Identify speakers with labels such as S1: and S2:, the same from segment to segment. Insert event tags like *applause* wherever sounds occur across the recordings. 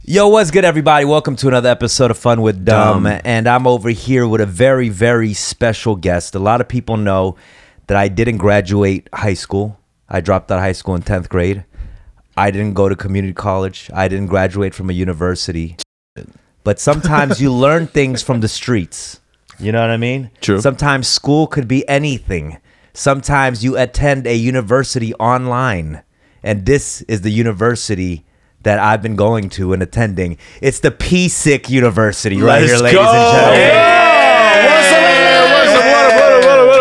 S1: Yo, what's good, everybody? Welcome to another episode of Fun with Dumb.
S2: Dumb.
S1: And I'm over here with a very, very special guest. A lot of people know that I didn't graduate high school. I dropped out of high school in 10th grade. I didn't go to community college. I didn't graduate from a university. But sometimes you learn things from the streets. You know what I mean?
S2: True.
S1: Sometimes school could be anything. Sometimes you attend a university online. And this is the university that I've been going to and attending. It's the PSIC University right
S2: Let's
S1: here, ladies
S2: go.
S1: and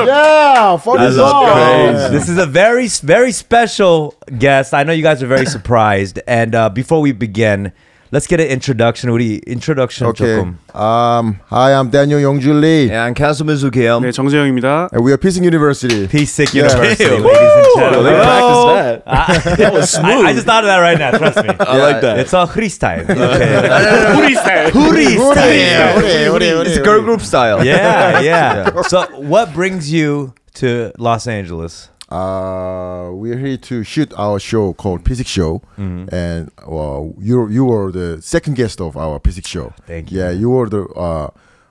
S1: gentlemen.
S3: Yeah, fuck
S2: That's
S3: it all.
S2: crazy.
S1: This is a very, very special guest. I know you guys are very surprised. And uh, before we begin, let's get an introduction. What do you, introduction,
S3: Okay.
S1: Jokum.
S3: Um, hi, I'm Daniel Yongju Lee,
S2: 예, 안카스미즈요
S4: 네, 정재영입니다.
S3: and we are Peace University.
S1: PSIC
S3: Yeah.
S1: University,
S2: Ew.
S1: ladies and
S2: they
S1: gentlemen.
S2: practiced that.
S1: that was smooth. *laughs* I, I just thought of that right now. Trust me.
S2: I like that.
S1: It's all Hris time.
S4: *laughs*
S1: Hris
S3: Hooray,
S1: time.
S3: hooray, hooray, hooray,
S2: It's
S3: hooray.
S2: girl group style.
S1: Yeah, yeah. So, what brings you to Los Angeles?
S3: Uh, we're here to shoot our show called Physics Show,
S1: Mm-hmm.
S3: and uh, you you were the second guest of our Physics Show.
S1: Thank you.
S3: Yeah, you were the uh,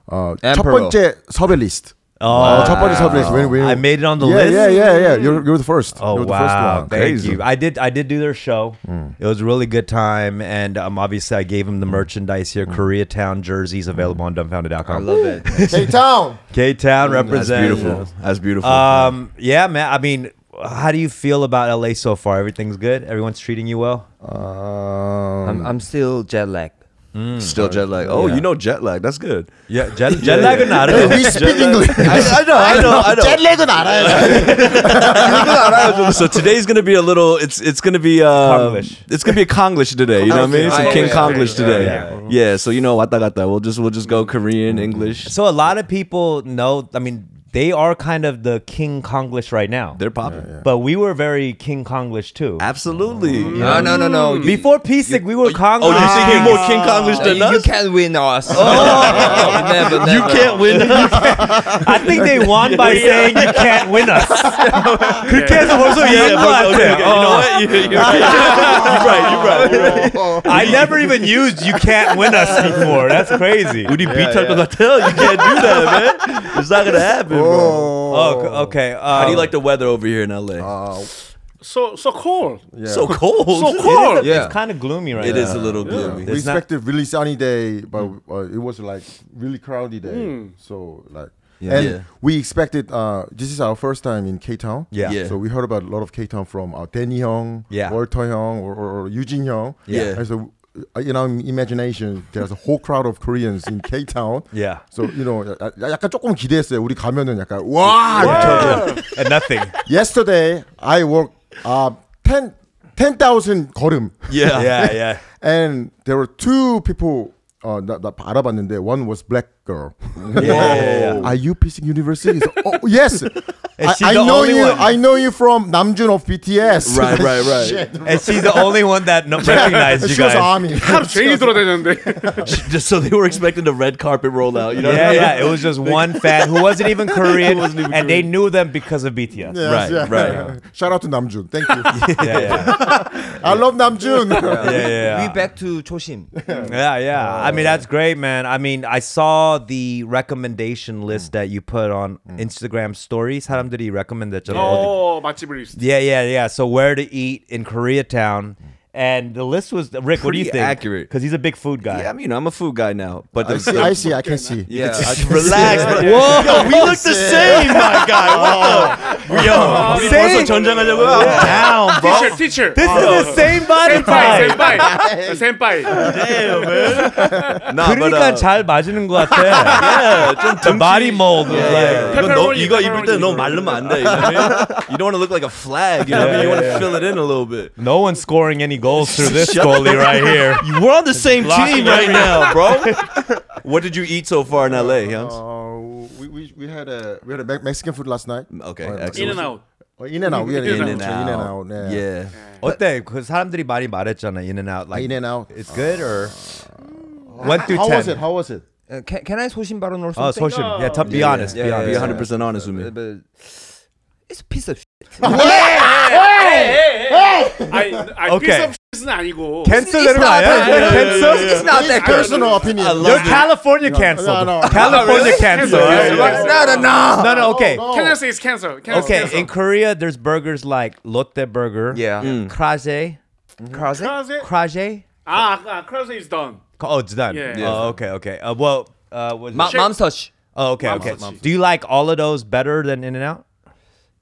S3: uh, 첫
S2: Emperor.
S3: 번째 섭외 list.
S1: Oh,
S3: Uh, 첫 번째 섭외 list. When, when,
S1: I made it on the
S3: yeah,
S1: list.
S3: Yeah, yeah, yeah. You're you're the first.
S1: Oh
S3: you're the first
S1: wow!
S3: one.
S1: Thank
S2: Crazy.
S1: you. I did. I did do their show. It was a really good time, and um, obviously I gave them the merchandise here. Koreatown jerseys available on dumbfounded.com.
S2: I love it.
S3: K Town.
S1: K Town
S2: That's
S1: represents.
S2: beautiful. That's beautiful.
S1: Um, yeah, man. I mean, how do you feel about LA so far? Everything's good. Everyone's treating you well.
S3: Um,
S5: I'm, I'm still jet lagged.
S2: Still jet lag. Oh,
S1: Yeah.
S2: you know jet lag. That's good.
S1: Yeah, *laughs* jet, jet lag or not?
S3: *laughs* we speak
S1: uh,
S3: English.
S2: I, I know. I know. *laughs* I know.
S5: *laughs*
S3: jet lag은 알아요.
S5: Uh,
S2: so today's gonna be a little. It's it's gonna be uh,
S1: Konglish.
S2: It's gonna be a Konglish today. You know what I mean?
S5: Okay.
S2: Some
S5: Yeah,
S2: King
S5: yeah,
S2: Konglish
S5: yeah,
S2: today.
S1: yeah,
S2: Yeah, So you know, 왔다 갔다. We'll just we'll just go Korean, English.
S1: *laughs* So a lot of people know. I mean, they are kind of the King Konglish right now.
S2: They're popping.
S1: but we were very King Konglish too.
S2: Absolutely.
S5: No, no, no, no. You-
S1: Before PSIC, we were Konglish.
S2: Oh, you think you're more King
S5: no,
S2: Konglish than
S5: you,
S2: *laughs*
S5: you
S2: us?
S5: can't win us. Oh. never, never. You can't win.
S1: I think they won by saying you can't win us. 국회에서 벌써 이긴 것
S2: but-
S1: 같아요.
S2: okay, okay,
S1: 어.
S2: You know what? You, *laughs* you're right. You're right. You're right. You're right.
S1: I never even used you can't win us before. That's crazy.
S2: 우리 비탈 것 같아요. You can't do that, man. It's not gonna happen, bro.
S1: Oh, c- okay. Um,
S2: How do you like the weather over here in LA?
S3: Uh,
S4: So so cold.
S2: So cold. *laughs* It
S4: So cold.
S2: is a, yeah.
S1: It's kind of gloomy right
S2: It
S1: now.
S2: is a little gloomy. *laughs*
S3: we
S1: It's not- Hmm.
S3: expected really sunny day, but uh, it was like really crowded day. So like,
S2: Yeah.
S3: and
S2: Yeah.
S3: we expected. Uh, this is our first time in K Town.
S1: Yeah.
S2: Yeah.
S3: So we heard about a lot of K Town from our Danny Hyung,
S1: Yeah.
S3: Walter Hyung, or, or, or Eugene Hyung.
S2: Yeah.
S3: And so uh, in our imagination, there's a whole crowd of Koreans in K Town.
S1: Yeah.
S3: So you know, 야- 야- 약간 조금 기대했어요. 우리 가면은 약간 와.
S1: And nothing.
S3: Yesterday I walked uh, 10 10,000 걸음.
S2: Yeah.
S1: Yeah, yeah.
S3: And there were two people uh, that, that 알아봤는데 one was black girl.
S1: yeah,
S3: *laughs* Are you Pissing University? So, oh,
S1: *laughs*
S3: yes. I,
S1: she
S3: I
S1: the
S3: know
S1: only
S3: you.
S1: one?
S3: I know you from Namjoon of BTS.
S2: Right, right, right.
S3: *laughs*
S1: *laughs*
S3: Shit.
S1: And she's the only one that no- recognized you
S3: She was
S1: guys. *laughs*
S3: army.
S4: 하루 종일 돌아다녔는데.
S2: Just so they were expecting the red carpet rollout. You know
S1: Yeah,
S2: what I mean? *laughs*
S1: yeah. It was just one fan who wasn't even Korean, and they knew them because of BTS.
S3: Yes,
S2: Right,
S3: yeah.
S2: right.
S3: *laughs* Shout out to Namjoon. Thank you.
S1: *laughs* Yeah, yeah,
S3: I love *laughs* Namjoon.
S1: yeah. yeah,
S5: *laughs* We
S1: yeah.
S5: back to Choshim.
S1: Yeah, yeah. I mean, that's great, man. I mean, I saw the recommendation list that you put on Instagram stories. 사람들이 recommended
S4: *laughs* 어 맛집 리스트.
S1: Yeah, yeah, yeah. So where to eat in Koreatown. And the list was Rick, what do you
S2: Pretty
S1: think?
S2: accurate.
S1: Because he's a big food guy.
S2: Yeah, I mean, I'm a food guy now, but the,
S3: I see.
S2: the-
S3: I see. I can see.
S2: *laughs* yeah, *laughs* I- relax. Oh, bro.
S1: Whoa.
S2: Yo, we look the same, *laughs* my guy. What the? Yo, 우리 벌써
S1: Same.
S2: 전쟁하자고요? I'm down, bro.
S4: 티셔 티셔.
S1: This is the same body
S4: 어,
S1: type.
S4: 센파이
S1: *laughs*
S4: 센파이 *laughs* 센파이.
S2: Nah, but,
S1: 그러니까
S2: uh,
S1: 잘 맞는 것
S2: *laughs*
S1: 같아. The body mold. was like-
S2: 이거 너
S4: pepperoni,
S2: 이거 입을 때
S4: pepperoni.
S2: 너무 말르면 안 돼. You, know what I mean? you don't want to look like a flag. You know what I mean? You want to fill it in a little bit.
S1: No one's scoring any goals through this goalie right here.
S2: We're on the same
S1: Locking
S2: team right now, *laughs* bro. what did you eat so far in LA, Hans?
S3: Uh, we, we, we had a we had a Me- Mexican food last night.
S1: Oh,
S2: Okay,
S3: Uh,
S2: excellent.
S4: In and out.
S3: uh, in and out. We had
S4: In and
S3: in and out. Yeah.
S2: Yeah.
S1: 어때? 그 사람들이 많이 말했잖아. In and out. Like
S3: In and out.
S1: It's good or one through
S3: Uh, How
S1: ten?
S3: was it? How was it?
S5: Uh, can, can I Choshim Baron or
S1: Oh,
S5: something?
S1: 소심. Yeah, tough. be honest.
S2: Yeah,
S1: be
S2: yeah,
S1: honest.
S2: be 100 percent honest with
S5: Uh,
S2: me.
S5: but it's a piece of shit.
S4: I I
S1: Okay.
S4: piece of shit 캔슬은 아니고.
S1: cancel 되는
S3: It's
S1: 거
S3: not
S1: 아니야?
S3: that-
S1: 그냥 cancel?
S3: It's not that personal opinion. I
S1: You're California
S3: No, no,
S1: cancel.
S3: no.
S1: California cancel.
S4: Yeah,
S1: alright?
S4: yeah, yeah.
S1: No, no, no, no. Okay.
S4: Can I say it's cancel? Can I say
S1: Okay,
S4: it's
S1: in Korea, there's burgers like Lotte Burger.
S2: Yeah. Mm.
S1: Kraje.
S4: cancel? Krause?
S1: Kraje?
S4: Ah, ah, Krause is done.
S1: Oh, it's done.
S4: Yeah. Yeah.
S1: Oh, okay, okay. Uh, well, uh, was
S5: Ma-
S1: it-
S5: mom's touch.
S1: oh, okay,
S4: Mom's
S1: okay.
S4: Touch.
S1: Do you like all of those better than In and Out?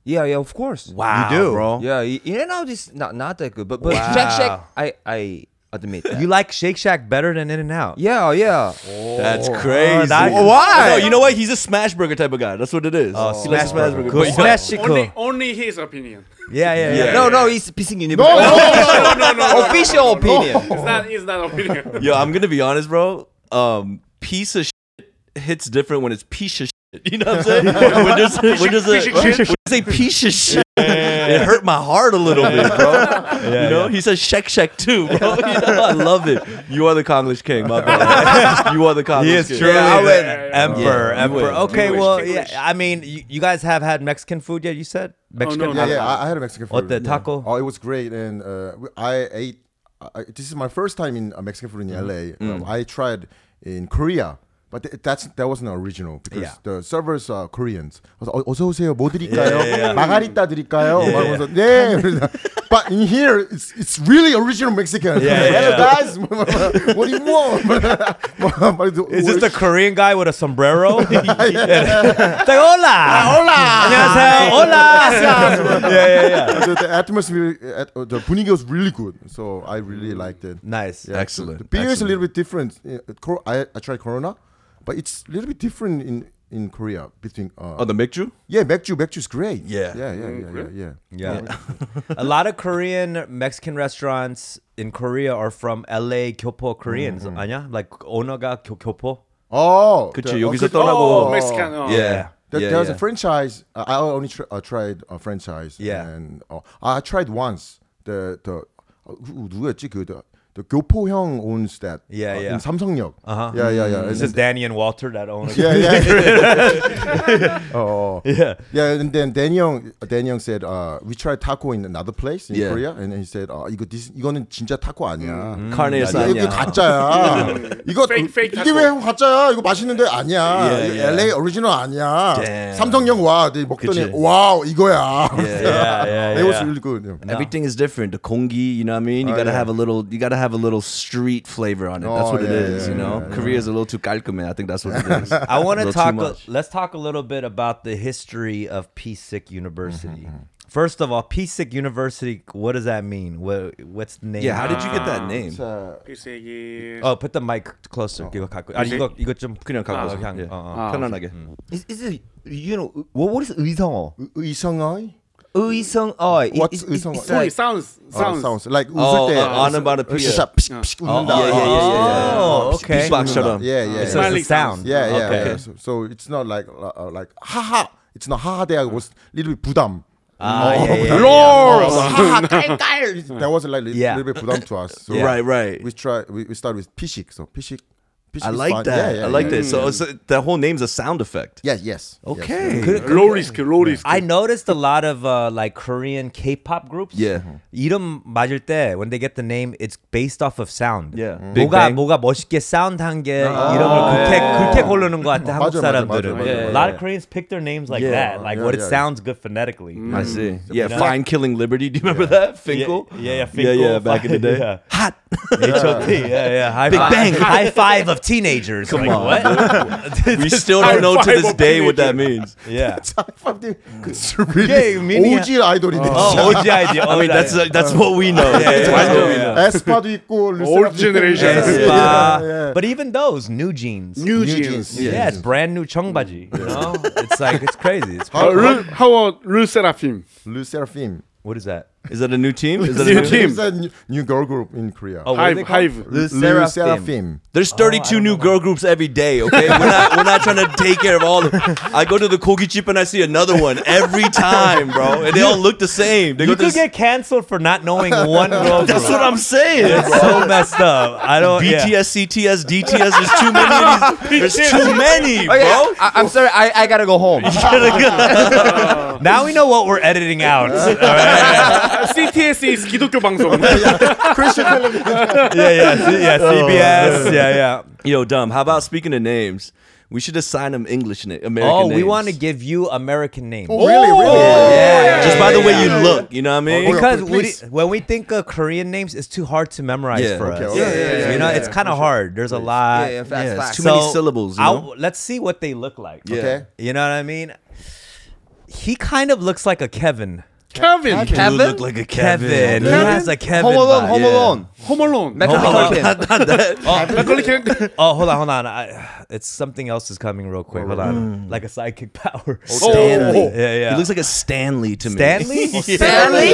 S5: Yeah, yeah, of course.
S1: Wow, you do, bro.
S5: Yeah, In and Out is not not that good, but but
S1: Wow.
S5: Shake Shack, I I admit that.
S1: You like Shake Shack better than In and Out?
S5: yeah, yeah.
S2: That's crazy.
S1: that-
S2: Why? No, you know what? He's a smash burger type of guy. That's what it is.
S1: Oh,
S2: He likes
S1: smash burger.
S2: But
S1: Good smash it, cool.
S4: Only, only his opinion.
S1: Yeah, yeah, yeah.
S2: Yeah.
S5: No, no, it's pissing universe.
S3: No, no,
S4: No, no, no. no.
S5: Official opinion.
S4: It's
S1: 어.
S4: not. It's
S1: *laughs*
S4: not opinion.
S2: Yo, I'm gonna be honest, bro. Um, piece of shit hits different when it's piece of shit. *laughs* You know what I'm
S1: *laughs*
S2: saying? when there's, when there's a,
S4: Piece of
S2: when
S4: shit.
S2: you say piece of shit, it hurt my heart a little bit,
S1: *laughs*
S2: bro. you know, he says shek shek too, bro. *laughs* You know, I love it. You are the Konglish king, my
S1: *laughs*
S2: bad. you are the Konglish
S1: He is
S2: king.
S1: truly
S5: Yeah, I
S1: the
S5: win.
S1: emperor.
S2: Yeah, you
S1: emperor.
S2: win.
S1: Okay,
S4: You win.
S1: well,
S4: You
S1: yeah.
S4: win.
S1: I mean, you, you guys have had Mexican food yet? You said Mexican.
S4: no,
S3: Yeah,
S4: no.
S3: yeah. I, I had a Mexican food.
S1: What the
S3: Yeah.
S1: taco?
S3: Oh, it was great, and uh, we- I ate. I, I- this is my first time in uh, Mexican food in
S1: Mm-hmm.
S3: LA.
S1: Mm.
S3: Um, I tried in Korea. But th- that's that wasn't original because
S1: Yeah.
S3: the servers are Koreans. 그래서 어, 어서 오세요. 뭐 드릴까요? 마가리타 드릴까요? 막 이러면서, 네. *laughs* 그래서 But in here, it's it's really original Mexican.
S1: Yeah,
S3: *laughs* Hello
S1: yeah.
S3: guys, what do you want? *laughs* 막 이러면서,
S1: Is this the Korean guy with a sombrero? *laughs* it's like, hola! *laughs*
S3: Hola.
S1: 안녕하세요. hola! yeah, yeah, yeah.
S3: *laughs* the, the atmosphere, at, uh, the 분위기 was really good. So I really liked it.
S1: Nice.
S3: Yeah,
S2: Excellent,
S3: The beer is a
S2: excellent.
S3: little bit different. Yeah, uh, Cor- I, I tried Corona, but it's a little bit different in, in Korea between. Uh,
S2: Oh, the Mikju?
S3: yeah, 맥ju, 맥ju's great.
S2: Yeah.
S3: yeah, yeah, yeah, yeah. yeah.
S1: Yeah. a lot of Korean Mexican restaurants in Korea are from LA Kyopo Koreans.
S3: Mm-hmm.
S1: 아니야? Like Onaga Kyo- Kyopo?
S3: Oh,
S2: 그치,
S3: the-
S2: 여기서
S3: okay.
S2: 떠나고.
S4: Oh, Mexican. Oh.
S1: 예.
S2: Yeah.
S3: There-
S2: yeah,
S3: there's
S2: yeah.
S3: a franchise. I I only tr- uh, tried a franchise.
S1: Yeah.
S3: and uh, I tried once. The the uh, who- 누구였지 그 the, the 교포형 owns that.
S1: Yeah,
S3: uh,
S1: yeah. Mm.
S3: In Samseong역. Uh-huh. Yeah, yeah, yeah.
S1: This is
S3: And-
S1: Danny and Walter that own it.
S3: yeah, yeah. oh,
S1: Yeah.
S3: yeah. And then Danny Young, Danny Young said, uh, we tried taco in another place in
S2: Yeah.
S3: Korea, and he said, uh, 이거 this, 이거는 진짜 타코 아니야.
S2: Carne
S3: 이거,
S2: asada.
S3: 이거 가짜야. 이거
S4: Fake, fake
S3: 이게 왜 가짜야? 이거 맛있는데 아니야.
S2: Yeah,
S3: 이거
S2: yeah.
S3: LA 오리지널 아니야.
S2: Damn.
S3: 삼성형 와, 네, 먹더니
S2: 그치.
S3: 와우 이거야.
S1: Yeah, yeah,
S3: It was
S1: yeah.
S3: really good. yeah.
S2: Everything is different. The kongi, you know what I mean? You gotta
S3: yeah.
S2: have a little. You gotta have a little street flavor on it. That's
S3: Oh,
S2: what it
S3: yeah,
S2: is.
S3: yeah,
S2: you know,
S3: yeah,
S2: Korea's a little too calculated. I think that's what it is.
S1: I want
S2: A
S1: to
S2: little
S1: talk.
S2: too
S1: A,
S2: much.
S1: let's talk a little bit about the history of PSIC
S2: Mm-hmm,
S1: University. First of all, PSIC University. What does that mean? What What's the name?
S2: yeah, how did you get that name?
S3: 자,
S4: 그 Pisegi.
S1: Oh, put the mic closer.
S2: Oh.
S1: 이거 갖고. 아니 이거 이거 좀
S2: 그냥 갖고
S1: 아,
S2: 와서.
S1: 그냥,
S2: Yeah.
S1: 어, 어.
S2: 편안하게.
S5: Is, is it you know what what is 의성어?
S3: 의- 의성어이?
S5: 의성 어. it-
S3: What's
S5: it's- it's-
S3: 의성어?
S5: it's
S1: 네.
S4: Oh, it
S5: like-
S4: sounds.
S3: 어,
S4: Sounds.
S3: sounds like
S2: 어,
S3: 웃을 때
S2: 어, onomatopoeia.
S3: 으쌰, 픽,
S2: yeah,
S3: 픽 웃는다.
S2: yeah, yeah, yeah, yeah.
S1: Oh, okay.
S2: 빅박처럼.
S3: Yeah,
S1: So
S3: yeah.
S1: it's a
S4: Smiling
S1: sound.
S3: Yeah, yeah,
S1: Mm-hmm. Okay.
S3: yeah. So, so it's not like uh, uh, like haha. It's not haha. There was little bit budam. Oh,
S1: Ah, yeah,
S4: 예.
S1: yeah, yeah.
S3: *laughs*
S4: Lord.
S3: haha, 깔깔. That was like little,
S1: Yeah.
S3: little bit budam to us. So
S2: Right, right.
S3: We try. We, we start with pishik. So pishik. pishik
S2: I
S3: is
S2: like
S3: fine.
S2: that.
S3: Yeah, yeah,
S2: I like that.
S3: yeah.
S2: So, so the whole name's a sound effect.
S3: Yes, yes. yes, *laughs*
S2: Okay.
S1: 그- 그-
S4: Low risk. Low risk.
S1: I noticed a lot of uh, like Korean K-pop groups.
S2: Yeah.
S1: 이름 맞을 때 when they get the name, it's based off of sound.
S2: Yeah. 음. Big
S1: 뭐가
S2: Bang.
S1: 뭐가 멋있게 사운드한 게 이름을 그렇게 그렇게 고르는 것 같아 한국
S3: 맞아, 맞아, 맞아,
S1: 사람들은.
S3: 맞아,
S1: A
S3: 맞아.
S1: lot of Koreans pick their names like
S2: Yeah.
S1: that, like
S3: Yeah,
S1: what it
S3: yeah,
S1: sounds good phonetically.
S2: I see. Yeah,
S1: Yeah.
S2: fine killing liberty. Do you remember that Finkel?
S1: Yeah, yeah,
S2: yeah,
S1: Finkel,
S2: yeah. Back in the day.
S1: yeah. *laughs*
S2: Hot.
S1: H.O.T. Yeah, yeah. High Big five.
S2: Bang.
S1: High five of teenagers. Come
S2: on,
S1: What?
S2: *laughs* *laughs* we still don't know to
S4: High-five
S2: this
S4: of
S2: day what that
S4: teenager.
S2: means.
S3: *laughs*
S1: yeah.
S3: It's really
S1: Yeah, you mean-
S3: OG 아이돌인데.
S1: Oh, OG idea.
S2: I mean, that's uh, that's what we know. That's
S1: yeah,
S2: what we
S1: yeah.
S2: know.
S3: 에스파도 있고
S4: Old generation.
S1: Yes,
S4: Yeah,
S1: bah. But even those new jeans.
S4: New
S3: New
S4: jeans.
S3: jeans.
S1: Yeah,
S3: Yeah.
S1: it's brand new 청바지. You know, it's like it's crazy. It's
S4: Uh, Ru- how about Rue Seraphim?
S3: 루세라핌.
S1: what is that?
S2: Is that a new team? Is that a
S4: New
S2: new
S4: team.
S3: It's a new, new girl group in Korea.
S1: Oh, what are
S4: Hive.
S1: they called?
S4: Hive.
S3: Lu-
S5: Seraphim.
S3: Seraphim.
S2: There's 32 new girl groups every day, okay? We're not, we're not trying *laughs* to take care of all of them. I go to the Kogi Chip and I see another one every time, bro. And they all look the same. They
S1: You
S2: go
S1: could
S2: to
S1: get canceled for not knowing one girl.
S2: That's
S1: group.
S2: what I'm saying.
S1: It's so messed up. I don't. yeah.
S2: BTS, CTS, DTS, there's too many. of these- *laughs* There's too many,
S5: Oh, yeah,
S2: bro.
S5: I, I'm sorry. I, I gotta go home.
S1: Now we know what we're editing out. All right.
S4: CTSE's 기독교 방송.
S3: Christian television.
S1: yeah, yeah, C- *laughs* yeah, CBS, yeah, yeah.
S2: *laughs* Yo, dumb. How about speaking of names? We should assign them English na- American
S1: Oh,
S2: names.
S1: we want to give you American names.
S3: Oh, really, really?
S1: yeah.
S2: Just by the way you
S3: Yeah.
S2: look, you know what I mean?
S3: Hold on,
S1: Because
S3: please,
S1: we-
S3: please.
S1: when we think of Korean names, it's too hard to memorize
S2: Yeah.
S1: for
S2: Okay,
S1: us.
S3: okay. Yeah, yeah,
S1: you
S3: yeah,
S1: know,
S3: yeah,
S1: it's kind of hard. There's a lot.
S5: yeah, facts,
S2: Yeah, it's
S5: facts.
S2: too many syllables, you
S1: I'll-
S2: know?
S1: let's see what they look like.
S2: Yeah.
S3: Okay.
S1: You know what I mean? He kind of looks like a Kevin.
S4: Kevin.
S2: You
S5: Kevin?
S2: look like a Kevin.
S1: He has a Kevin.
S5: Home Alone,
S1: vibe.
S5: Home
S2: Yeah.
S5: Alone.
S4: Home Alone. 아,
S1: Home Alone.
S5: Metropolitan.
S4: Macaulay Culkin.
S1: Oh, hold on, hold on. I, it's something else is coming real quick. Hold on. Like a sidekick power.
S2: Stanley.
S4: Oh.
S1: Yeah, yeah.
S2: He looks like a Stanley to me.
S1: Stanley?
S2: *laughs*
S1: Oh,
S5: Stanley?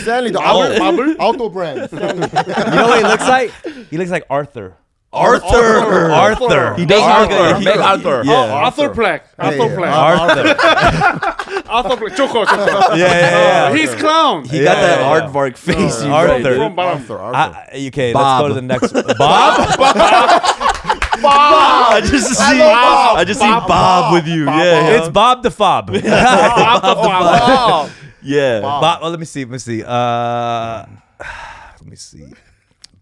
S3: Stanley, the
S4: Bubble,
S3: auto,
S4: bubble.
S3: Oh. *laughs* auto brand. Stanley.
S1: You know what he looks like? He looks like Arthur.
S2: Arthur.
S1: Arthur.
S2: He does look like a
S5: Meg Arthur.
S4: Oh,
S2: Yeah.
S4: Arthur Fleck.
S3: Yeah,
S4: Arthur
S3: yeah.
S4: Fleck.
S1: Arthur. yeah,
S4: Arthur Fleck. Choco, Choco.
S1: 예,
S4: *laughs*
S1: yeah, yeah.
S4: He's clown.
S1: He
S2: You got that
S1: yeah, yeah.
S2: aardvark face. you
S1: Arthur.
S2: know, dude.
S4: From bottom.
S3: Arthur, Arthur.
S1: I, I- okay, let's
S2: Bob.
S1: go to the next. Bob?
S2: I just see.
S4: Bob.
S2: I just see Bob, with you. yeah,
S1: *laughs* It's Bob the Fob.
S4: Arthur Fleck.
S2: yeah.
S1: Bob. Oh, let me see. Let me see. Uh, let me see.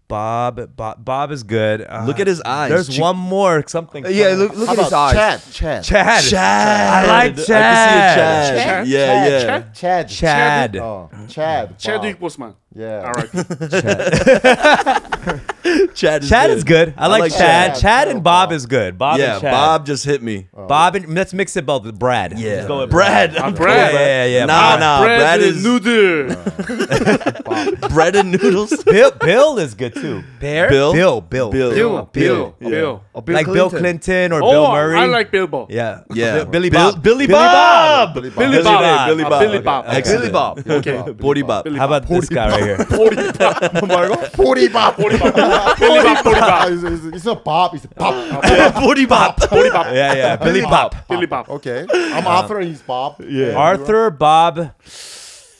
S1: Bob. Bob. Bob is good. Uh,
S2: Look at his eyes.
S1: There's
S2: Ch-
S1: one more. Something.
S5: Yeah,
S1: something.
S5: look, look
S3: How
S5: at his
S3: about
S5: eyes.
S3: Chad? Chad.
S1: Chad.
S2: Chad.
S1: I like
S2: I can see a Chad.
S1: Chad.
S2: Chad?
S4: Chad?
S2: Yeah, yeah.
S4: Chad?
S3: Chad.
S1: Chad.
S3: Oh, Chad. Wow.
S4: Chadwick Boseman.
S3: Yeah.
S4: All right.
S2: Chad is
S1: Chad
S2: good.
S1: is good. I like,
S2: like
S1: Chad.
S3: Chad.
S1: Chad. and Bob is good. Bob
S2: yeah,
S1: and Chad.
S2: Bob just hit me.
S1: Bob and let's mix it both with Brad.
S2: Yeah.
S1: Let's go with
S2: Brad. I'm
S1: Yeah,
S4: Brad.
S1: yeah, yeah.
S2: Nah,
S1: Brad.
S2: nah. Brad,
S4: Bread
S2: is
S4: and
S2: *laughs*
S4: noodle.
S2: bread and noodles.
S1: Bill, Bill is good too. Bear?
S2: Bill?
S1: Bill, Bill,
S2: Bill.
S4: Bill. Bill. Bill.
S3: Oh, Bill
S1: Like Bill Clinton or Bill
S4: oh,
S1: Murray.
S4: I like Bilbo.
S1: Yeah,
S2: Yeah.
S1: Bill- Billy
S2: Bill-
S1: Bob.
S2: Billy Bob.
S3: Billy Bob.
S4: Billy Bob.
S2: Billy
S4: Uh,
S2: Bob.
S4: Billy Bob.
S2: Okay.
S4: Okay.
S5: Billy Bob.
S4: Okay.
S2: Bordy Bob.
S1: How about this guy right
S2: *laughs*
S1: here?
S4: Billy Bob.
S3: *laughs* Forty Bob. Forty Bob.
S4: Billy Bob. Billy Bob.
S3: It's, it's- it's not Bob. It's Bob.
S2: Bordy Bob.
S4: Billy Bob.
S1: Yeah, yeah. Billy Bob.
S4: Billy Bob.
S3: Okay. I'm Arthur and he's Bob. Yeah.
S1: Arthur,
S4: Uh,
S1: Bob,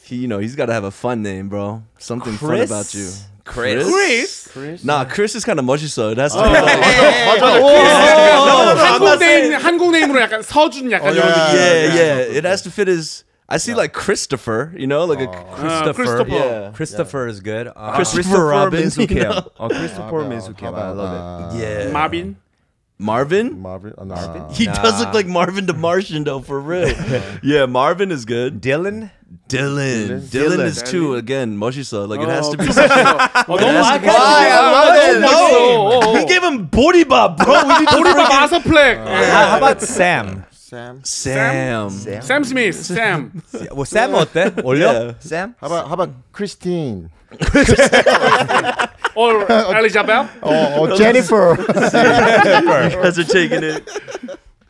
S2: He, you know, he's got to have a fun name, bro. Something fun
S1: Chris?
S2: about you.
S5: Chris.
S4: Chris.
S2: Nah, Chris Oh, is kind of mushy, so it has to be like, Oh,
S4: 한국 네임 한국 네임으로 약간 서준 약간 이런
S3: yeah.
S4: 느낌.
S2: yeah, yeah. It has to fit his. I see like Christopher, you know, like a
S4: 아,
S1: Christopher.
S4: 크리스토퍼.
S2: Yeah.
S1: Christopher is good. Uh,
S2: Christopher Robin, you know?
S1: Oh, Christopher Mizukem. I love it.
S3: it.
S2: yeah.
S4: 마빈.
S2: Marvin.
S3: uh, Marvin. Uh, nah.
S2: He does look like Marvin the Martian though, for real. *laughs* yeah, Marvin is good.
S1: Dylan.
S2: Dylan, Dylan, is too again. Moshisa, like it has to be.
S4: 어,
S1: 네.
S4: 너무
S2: has to
S4: 많이
S2: be- Why?
S4: 너무
S2: No, *laughs*
S4: 많이
S2: he Oh. gave him body bob, bro. We need to
S4: 우리 밥
S2: freaking-
S4: 아서 플렉.
S1: How, how about Sam?
S3: Sam.
S2: Sam. Oh,
S4: 샘 스미스. *laughs* 샘.
S1: Well, Sam 어때? 올려?
S2: Yeah.
S5: Sam?
S3: How about how about Christine?
S4: or Elizabeth.
S3: *laughs* Oh, *laughs* oh Jennifer.
S2: You guys are taking it. *laughs*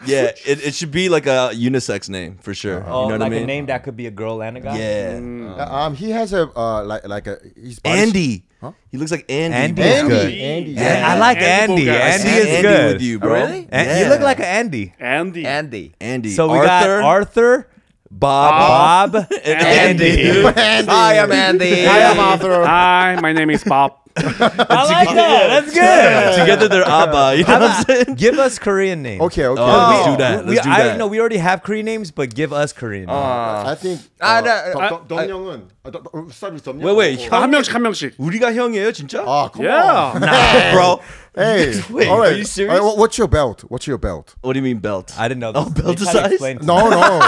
S2: Yeah, it, it should be like a unisex name for sure.
S1: Oh,
S2: you know what
S1: like
S2: I mean?
S1: a name that could be a girl and a guy.
S2: Yeah.
S3: um, he has a uh, like like a he's
S2: Andy.
S3: Huh?
S2: He looks like Andy.
S1: Andy.
S2: bro.
S1: is
S3: Andy.
S1: good.
S3: Andy.
S1: Yeah, I like
S4: Andy
S1: Andy.
S4: Boga. I
S1: Andy,
S4: see
S2: See
S1: is
S2: Andy
S1: good.
S2: with you, bro.
S5: really?
S1: An-
S2: Yeah.
S1: You look like an Andy.
S4: Andy.
S5: Andy.
S2: Andy.
S1: So we
S2: Arthur,
S1: got Arthur,
S2: Bob,
S1: Bob, and
S4: *laughs*
S1: Andy.
S3: Andy.
S5: Hi, I'm Andy.
S3: I am Arthur.
S4: Hi, my name is Bob.
S1: *laughs* I like that. That's good.
S2: Together they're Abba. You know
S1: How
S2: what I'm saying?
S1: about- Give us Korean names.
S3: Okay, okay.
S2: Oh, let's do that.
S1: We,
S2: Let's do
S1: I
S2: that.
S1: know we already have Korean names, but give us Korean. names.
S3: I think.
S2: Ah,
S5: 아,
S3: uh,
S5: 나- 아,
S3: 동- 동- 동영은 아, 동- 동- start with 동영.
S2: Wait, wait.
S4: 아, *laughs* 한 명씩 한 명씩.
S2: 우리가 형이에요, 진짜?
S3: Ah, come
S2: *laughs*
S3: on.
S4: Yeah.
S2: bro.
S3: Hey,
S2: Wait,
S3: all
S2: are
S3: right.
S2: you serious? Oh.
S3: All right, wha- what's your belt? What's your belt?
S2: What do you mean belt?
S1: I didn't know.
S2: Oh,
S1: this. They
S2: belt
S1: kinda
S2: size?
S1: explained to me.
S3: No, *laughs* no.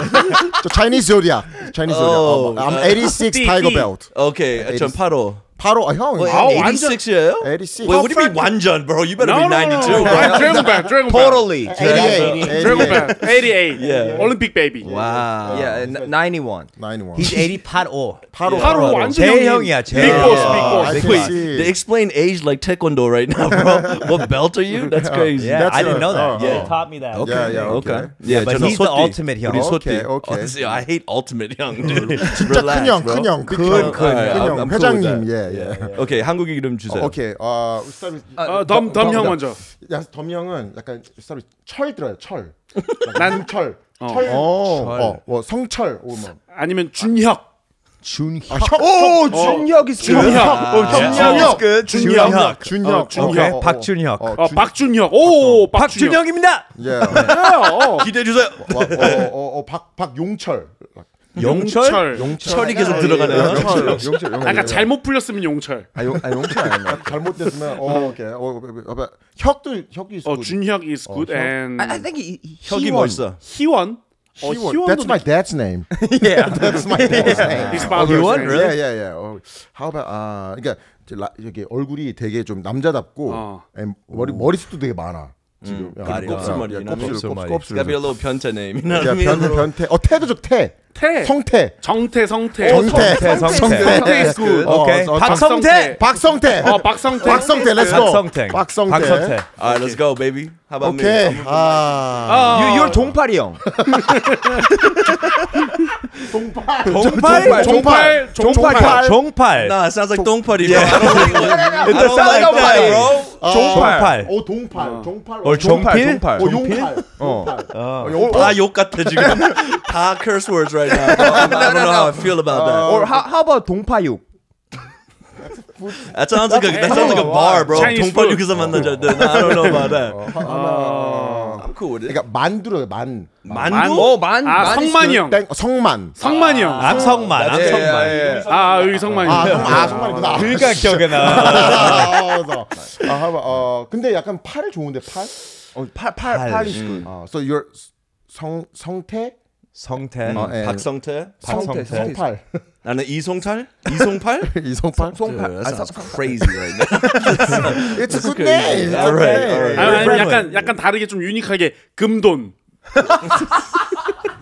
S3: the Chinese zodiac. Chinese
S2: Oh,
S3: zodiac. Um, I'm 86 tiger belt.
S2: okay,
S3: It
S2: 전
S3: is-
S2: 바로.
S3: 바로 아, 형.
S2: Wait,
S3: 아,
S4: 완전-
S2: 86이에요?
S3: 86.
S2: Wait, what do you mean 완전, bro? You better
S4: No, no,
S2: be
S4: no, no.
S2: 92,
S4: 아,
S2: bro.
S4: Dragon Ball. Dragon Ball.
S5: Totally.
S2: Dragon
S3: 88. 88.
S4: Dragon Ball. 88.
S2: Yeah.
S4: Olympic baby.
S2: Wow.
S5: Yeah, n- 91.
S3: 91.
S1: He's 80 pot all.
S3: 바로
S4: 바로 완전
S1: 제일
S4: 형님.
S1: 형이야, 제일.
S4: Big boss,
S2: Yeah.
S4: big
S3: I
S4: boss.
S3: can
S2: Wait,
S3: see.
S2: they explain age like taekwondo right now, bro. what belt are you? That's crazy.
S1: Yeah,
S3: That's
S1: I didn't
S3: a-
S1: know that.
S3: oh,
S1: yeah,
S3: oh.
S1: he taught me that.
S3: Yeah, yeah, okay.
S2: Okay. Yeah,
S1: but
S2: 저는
S1: he's the
S2: 소띠.
S1: ultimate 형.
S2: 우리 소띠.
S3: Okay, okay.
S2: Oh, this- I hate ultimate young,
S3: *laughs*
S2: dude. Relax,
S3: 큰형,
S2: bro.
S3: 큰형,
S2: Alright,
S3: 큰형,
S2: I'm- I'm
S3: 큰형,
S2: cool with
S3: 회장님,
S2: that.
S3: 예, 예.
S2: Okay, 한국 이름 주세요.
S3: 오케이, 어, start with-
S2: Uh,
S4: 어, 덤, 덤 형 먼저.
S3: 야, 덤 형은 약간 start with 철 들어요, 철.
S4: 난
S3: 철, 철, 어, 어, 뭐 성철, 오, 뭐.
S4: 아니면 준혁.
S3: 아, 형, 오,
S5: 준혁 is
S4: 준혁. 어,
S3: 준혁.
S4: 준혁. 준혁.
S1: 준혁.
S3: 준혁,
S1: 오케이,
S3: 어, 어,
S1: 박준혁.
S3: 어,
S4: 어,
S3: 준-
S4: 박준혁. 오, 박준혁.
S1: 박준혁입니다.
S3: 예.
S4: 어, 어.
S2: 기대해 주세요.
S3: 와, 어, 어, 어, 박 박용철.
S1: 용철?
S3: 용철.
S2: 철이 계속
S3: 아,
S2: 들어가네요.
S3: 예, 용철, 용철, 용철.
S4: 아까 그러니까
S3: 용철.
S4: 잘못 풀렸으면 용철.
S3: 아, 용, 아 용철 아니야. 잘못됐으면 어, 오케이. 어, 어, 어, 어, 혁도 혁도 있어.
S4: 어, 준혁 is good
S3: 혁.
S4: and
S5: I, I think he, he,
S2: 혁이
S3: 예.
S5: won.
S2: 멋있어.
S4: 희원. 어,
S3: Hiwon. That's
S4: *laughs* 희원도
S3: my dad's name.
S1: yeah.
S3: *laughs* That's my dad's name. Oh,
S4: His father's
S1: Hiwon,
S4: name.
S1: really?
S3: Yeah, yeah, yeah. 어, how about 아, 그러니까 이제 라- 이렇게 얼굴이 되게 좀 남자답고
S4: 어.
S3: and 머리 머리숱도 되게 많아. 지금 그러니까 야,
S2: 다리 곱슬머리, 그러니까 you know?
S3: 곱슬
S1: 곱슬머리.
S3: 곱슬 곱슬.
S2: It's gotta be a little 변태 name. You know what I
S3: 야,
S2: mean? *laughs*
S3: 변태 변태. 어, 태도 좋 태.
S4: 태.
S3: 성태.
S4: 어, 정태 성태.
S3: 정태.
S1: 성태, 성태.
S4: 성태 is good.
S3: 어,
S1: Okay.
S3: 어,
S1: 박성태.
S3: 박성태.
S4: 어, 박성태.
S3: 박성태. Let's go.
S1: 박성태.
S3: 박성태.
S1: 박성태.
S2: All right, let's go, baby. How about
S3: 오케이.
S2: me?
S4: 어.
S3: 아.
S1: You, you're 동팔이 형.
S3: 종팔.
S1: 동팔.
S4: 종팔.
S1: 종팔. 종팔.
S2: Nah, it sounds like Dong Party, bro. I don't like, I
S3: *laughs*
S1: It
S2: don't
S1: does sound
S2: like
S1: like
S2: that,
S1: Dong
S2: bro.
S3: 아.
S1: 종팔.
S3: 어, 동팔. 종팔.
S1: 어, 종필?
S3: 어, 용팔. 어.
S2: 다 욕같아 지금. *laughs* 다 curse words right now. I don't know how I feel about that.
S5: 어,
S1: Or how, how about 동파육?
S2: That sounds like a that sounds like
S3: Oh,
S2: a bar, bro.
S4: Chinese food.
S2: 동파육에서 만난 자. I don't know about that.
S3: 아.
S2: I'm cool with it.
S3: 그러니까 만두로 만.
S2: 만두? 어,
S5: 만.
S4: 아,
S5: is
S4: 성만이 형.
S3: 땡 어, 성만.
S4: 성만이 형.
S1: 안성만. 안성만.
S4: 아, 여기 성만이
S3: 아, 성,
S4: 형.
S3: 아 성만이구나.
S1: 그러니까 기억에
S3: *laughs*
S1: 나.
S3: 아, 그래서, 아, 하마, 어, 근데 약간 팔 좋은데 팔?
S1: 어, 팔, 팔, 팔이 음.
S3: 아, so your 성 성태
S1: 성태.
S3: 어, 예.
S2: 박성태?
S1: 박성태. *laughs*
S3: 성팔
S2: 나는 이송탈? *laughs* 이송팔?
S3: 이성팔 아,
S2: Dude, that *laughs* sounds crazy right now.
S3: It's a good name.
S2: All right, all
S4: 아,
S2: right.
S4: 아니, 아니, 약간 약간 다르게 좀 유니크하게 금돈.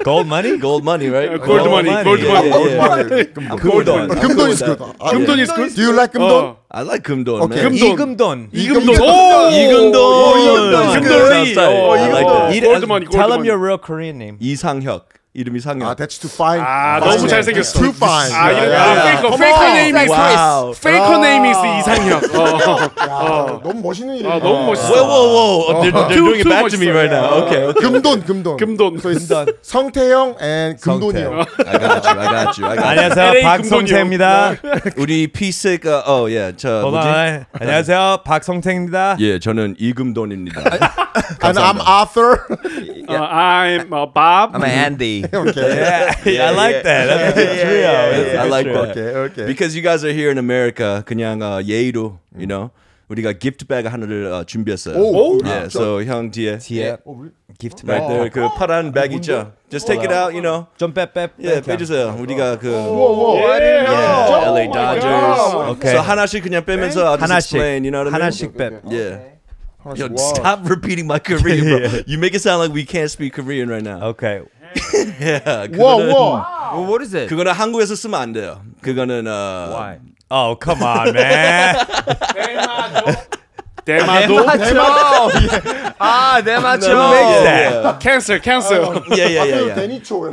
S1: Gold money?
S2: Gold money, right?
S4: 골드 머니.
S1: 머니.
S4: 골드
S2: Yeah,
S4: 머니.
S2: yeah, yeah. 금돈. I'm cool
S3: 금돈
S2: with
S3: is good.
S2: that.
S3: 아,
S4: 금돈 is good.
S3: Do you like 금돈?
S4: 어,
S2: I like 금돈,
S3: Okay.
S2: man.
S4: 금돈.
S1: 이금돈.
S3: 이금돈.
S4: 이금돈. 오!
S2: 이금돈.
S4: 이금돈.
S2: 이금돈이.
S4: 이금돈이. 어,
S2: I like
S4: 이금돈.
S2: that.
S1: 이-
S4: 골드 머니.
S1: Tell him
S4: 골드 머니.
S1: your real Korean
S2: *laughs*
S1: name.
S2: 이상혁. 이름이
S3: 아,
S2: 상혁.
S3: that's too fine.
S4: 아,
S3: Fine.
S4: 너무 잘생겼어.
S3: It's Too fine.
S4: 아, 이런
S3: 야, 야,
S4: 아,
S3: 야.
S4: 페이커.
S3: Come
S4: 페이커
S3: on.
S4: 네임이
S2: 와우.
S4: 페이커 네임이 이상혁. 어.
S3: 야, 아, 너무 멋있는 이름.
S4: 아, 너무 멋있어.
S2: Whoa, whoa, whoa. They're, they're
S4: *laughs* Too-
S2: doing it
S4: too
S2: back
S4: much
S2: to me
S4: so,
S2: right
S4: yeah.
S2: now. Okay, okay.
S3: 금돈, 금돈.
S4: 금돈.
S3: 성태형 and 금돈이 형.
S2: I got you, I got you, I got you.
S1: 안녕하세요.
S4: LA
S1: 박성태입니다. *laughs*
S2: 우리 피스가, 어, 예, 저,
S1: hold
S2: 뭐지?
S1: on. 안녕하세요. 박성태입니다.
S2: 예, 저는 이금돈입니다.
S3: And I'm Arthur.
S4: 어, I'm uh, Bob.
S5: I'm
S2: *laughs*
S5: Andy.
S3: okay.
S1: 예. *laughs* I like that. That's a good
S2: yeah,
S1: trio.
S2: yeah,
S1: That's a
S2: yeah. I
S1: good
S2: like
S1: trio.
S2: that.
S3: Okay, okay.
S2: Because you guys are here in America, 그냥 어, 예의로, you know, 우리가 기프트백 하나를 어, 준비했어요.
S3: 오, 오,
S2: yeah, so 형 뒤에.
S1: 뒤에 gift
S2: Right
S1: bag.
S2: there, 그 파란 백 있죠? Just take it out, you know.
S1: 좀 빼, 빼, 빼.
S2: 예, 빼주세요. 우리가 그
S4: Yeah.
S2: yeah,
S4: Oh
S2: LA
S4: my
S2: Dodgers.
S4: God.
S1: Okay.
S2: So 하나씩 그냥 빼면서 I'll just
S1: 하나씩.
S2: explain, you know what I mean?
S1: 하나씩 빼.
S2: Yeah. Yo,
S3: Wow.
S2: stop repeating my Korean, bro. You make it sound like we can't speak Korean right now.
S1: Okay.
S2: Yeah,
S3: Whoa,
S2: *laughs* 그거는,
S3: whoa.
S5: well, what is it?
S2: 그거는 한국에서 쓰면 안 돼요. 그거는 어,
S1: Oh, come on, man.
S4: 대마도.
S5: Demacho. ah, Demacho.
S1: makes that?
S4: Cancel. Cancel.
S2: Oh, Yeah, yeah, yeah, yeah. *laughs*
S3: 데니초.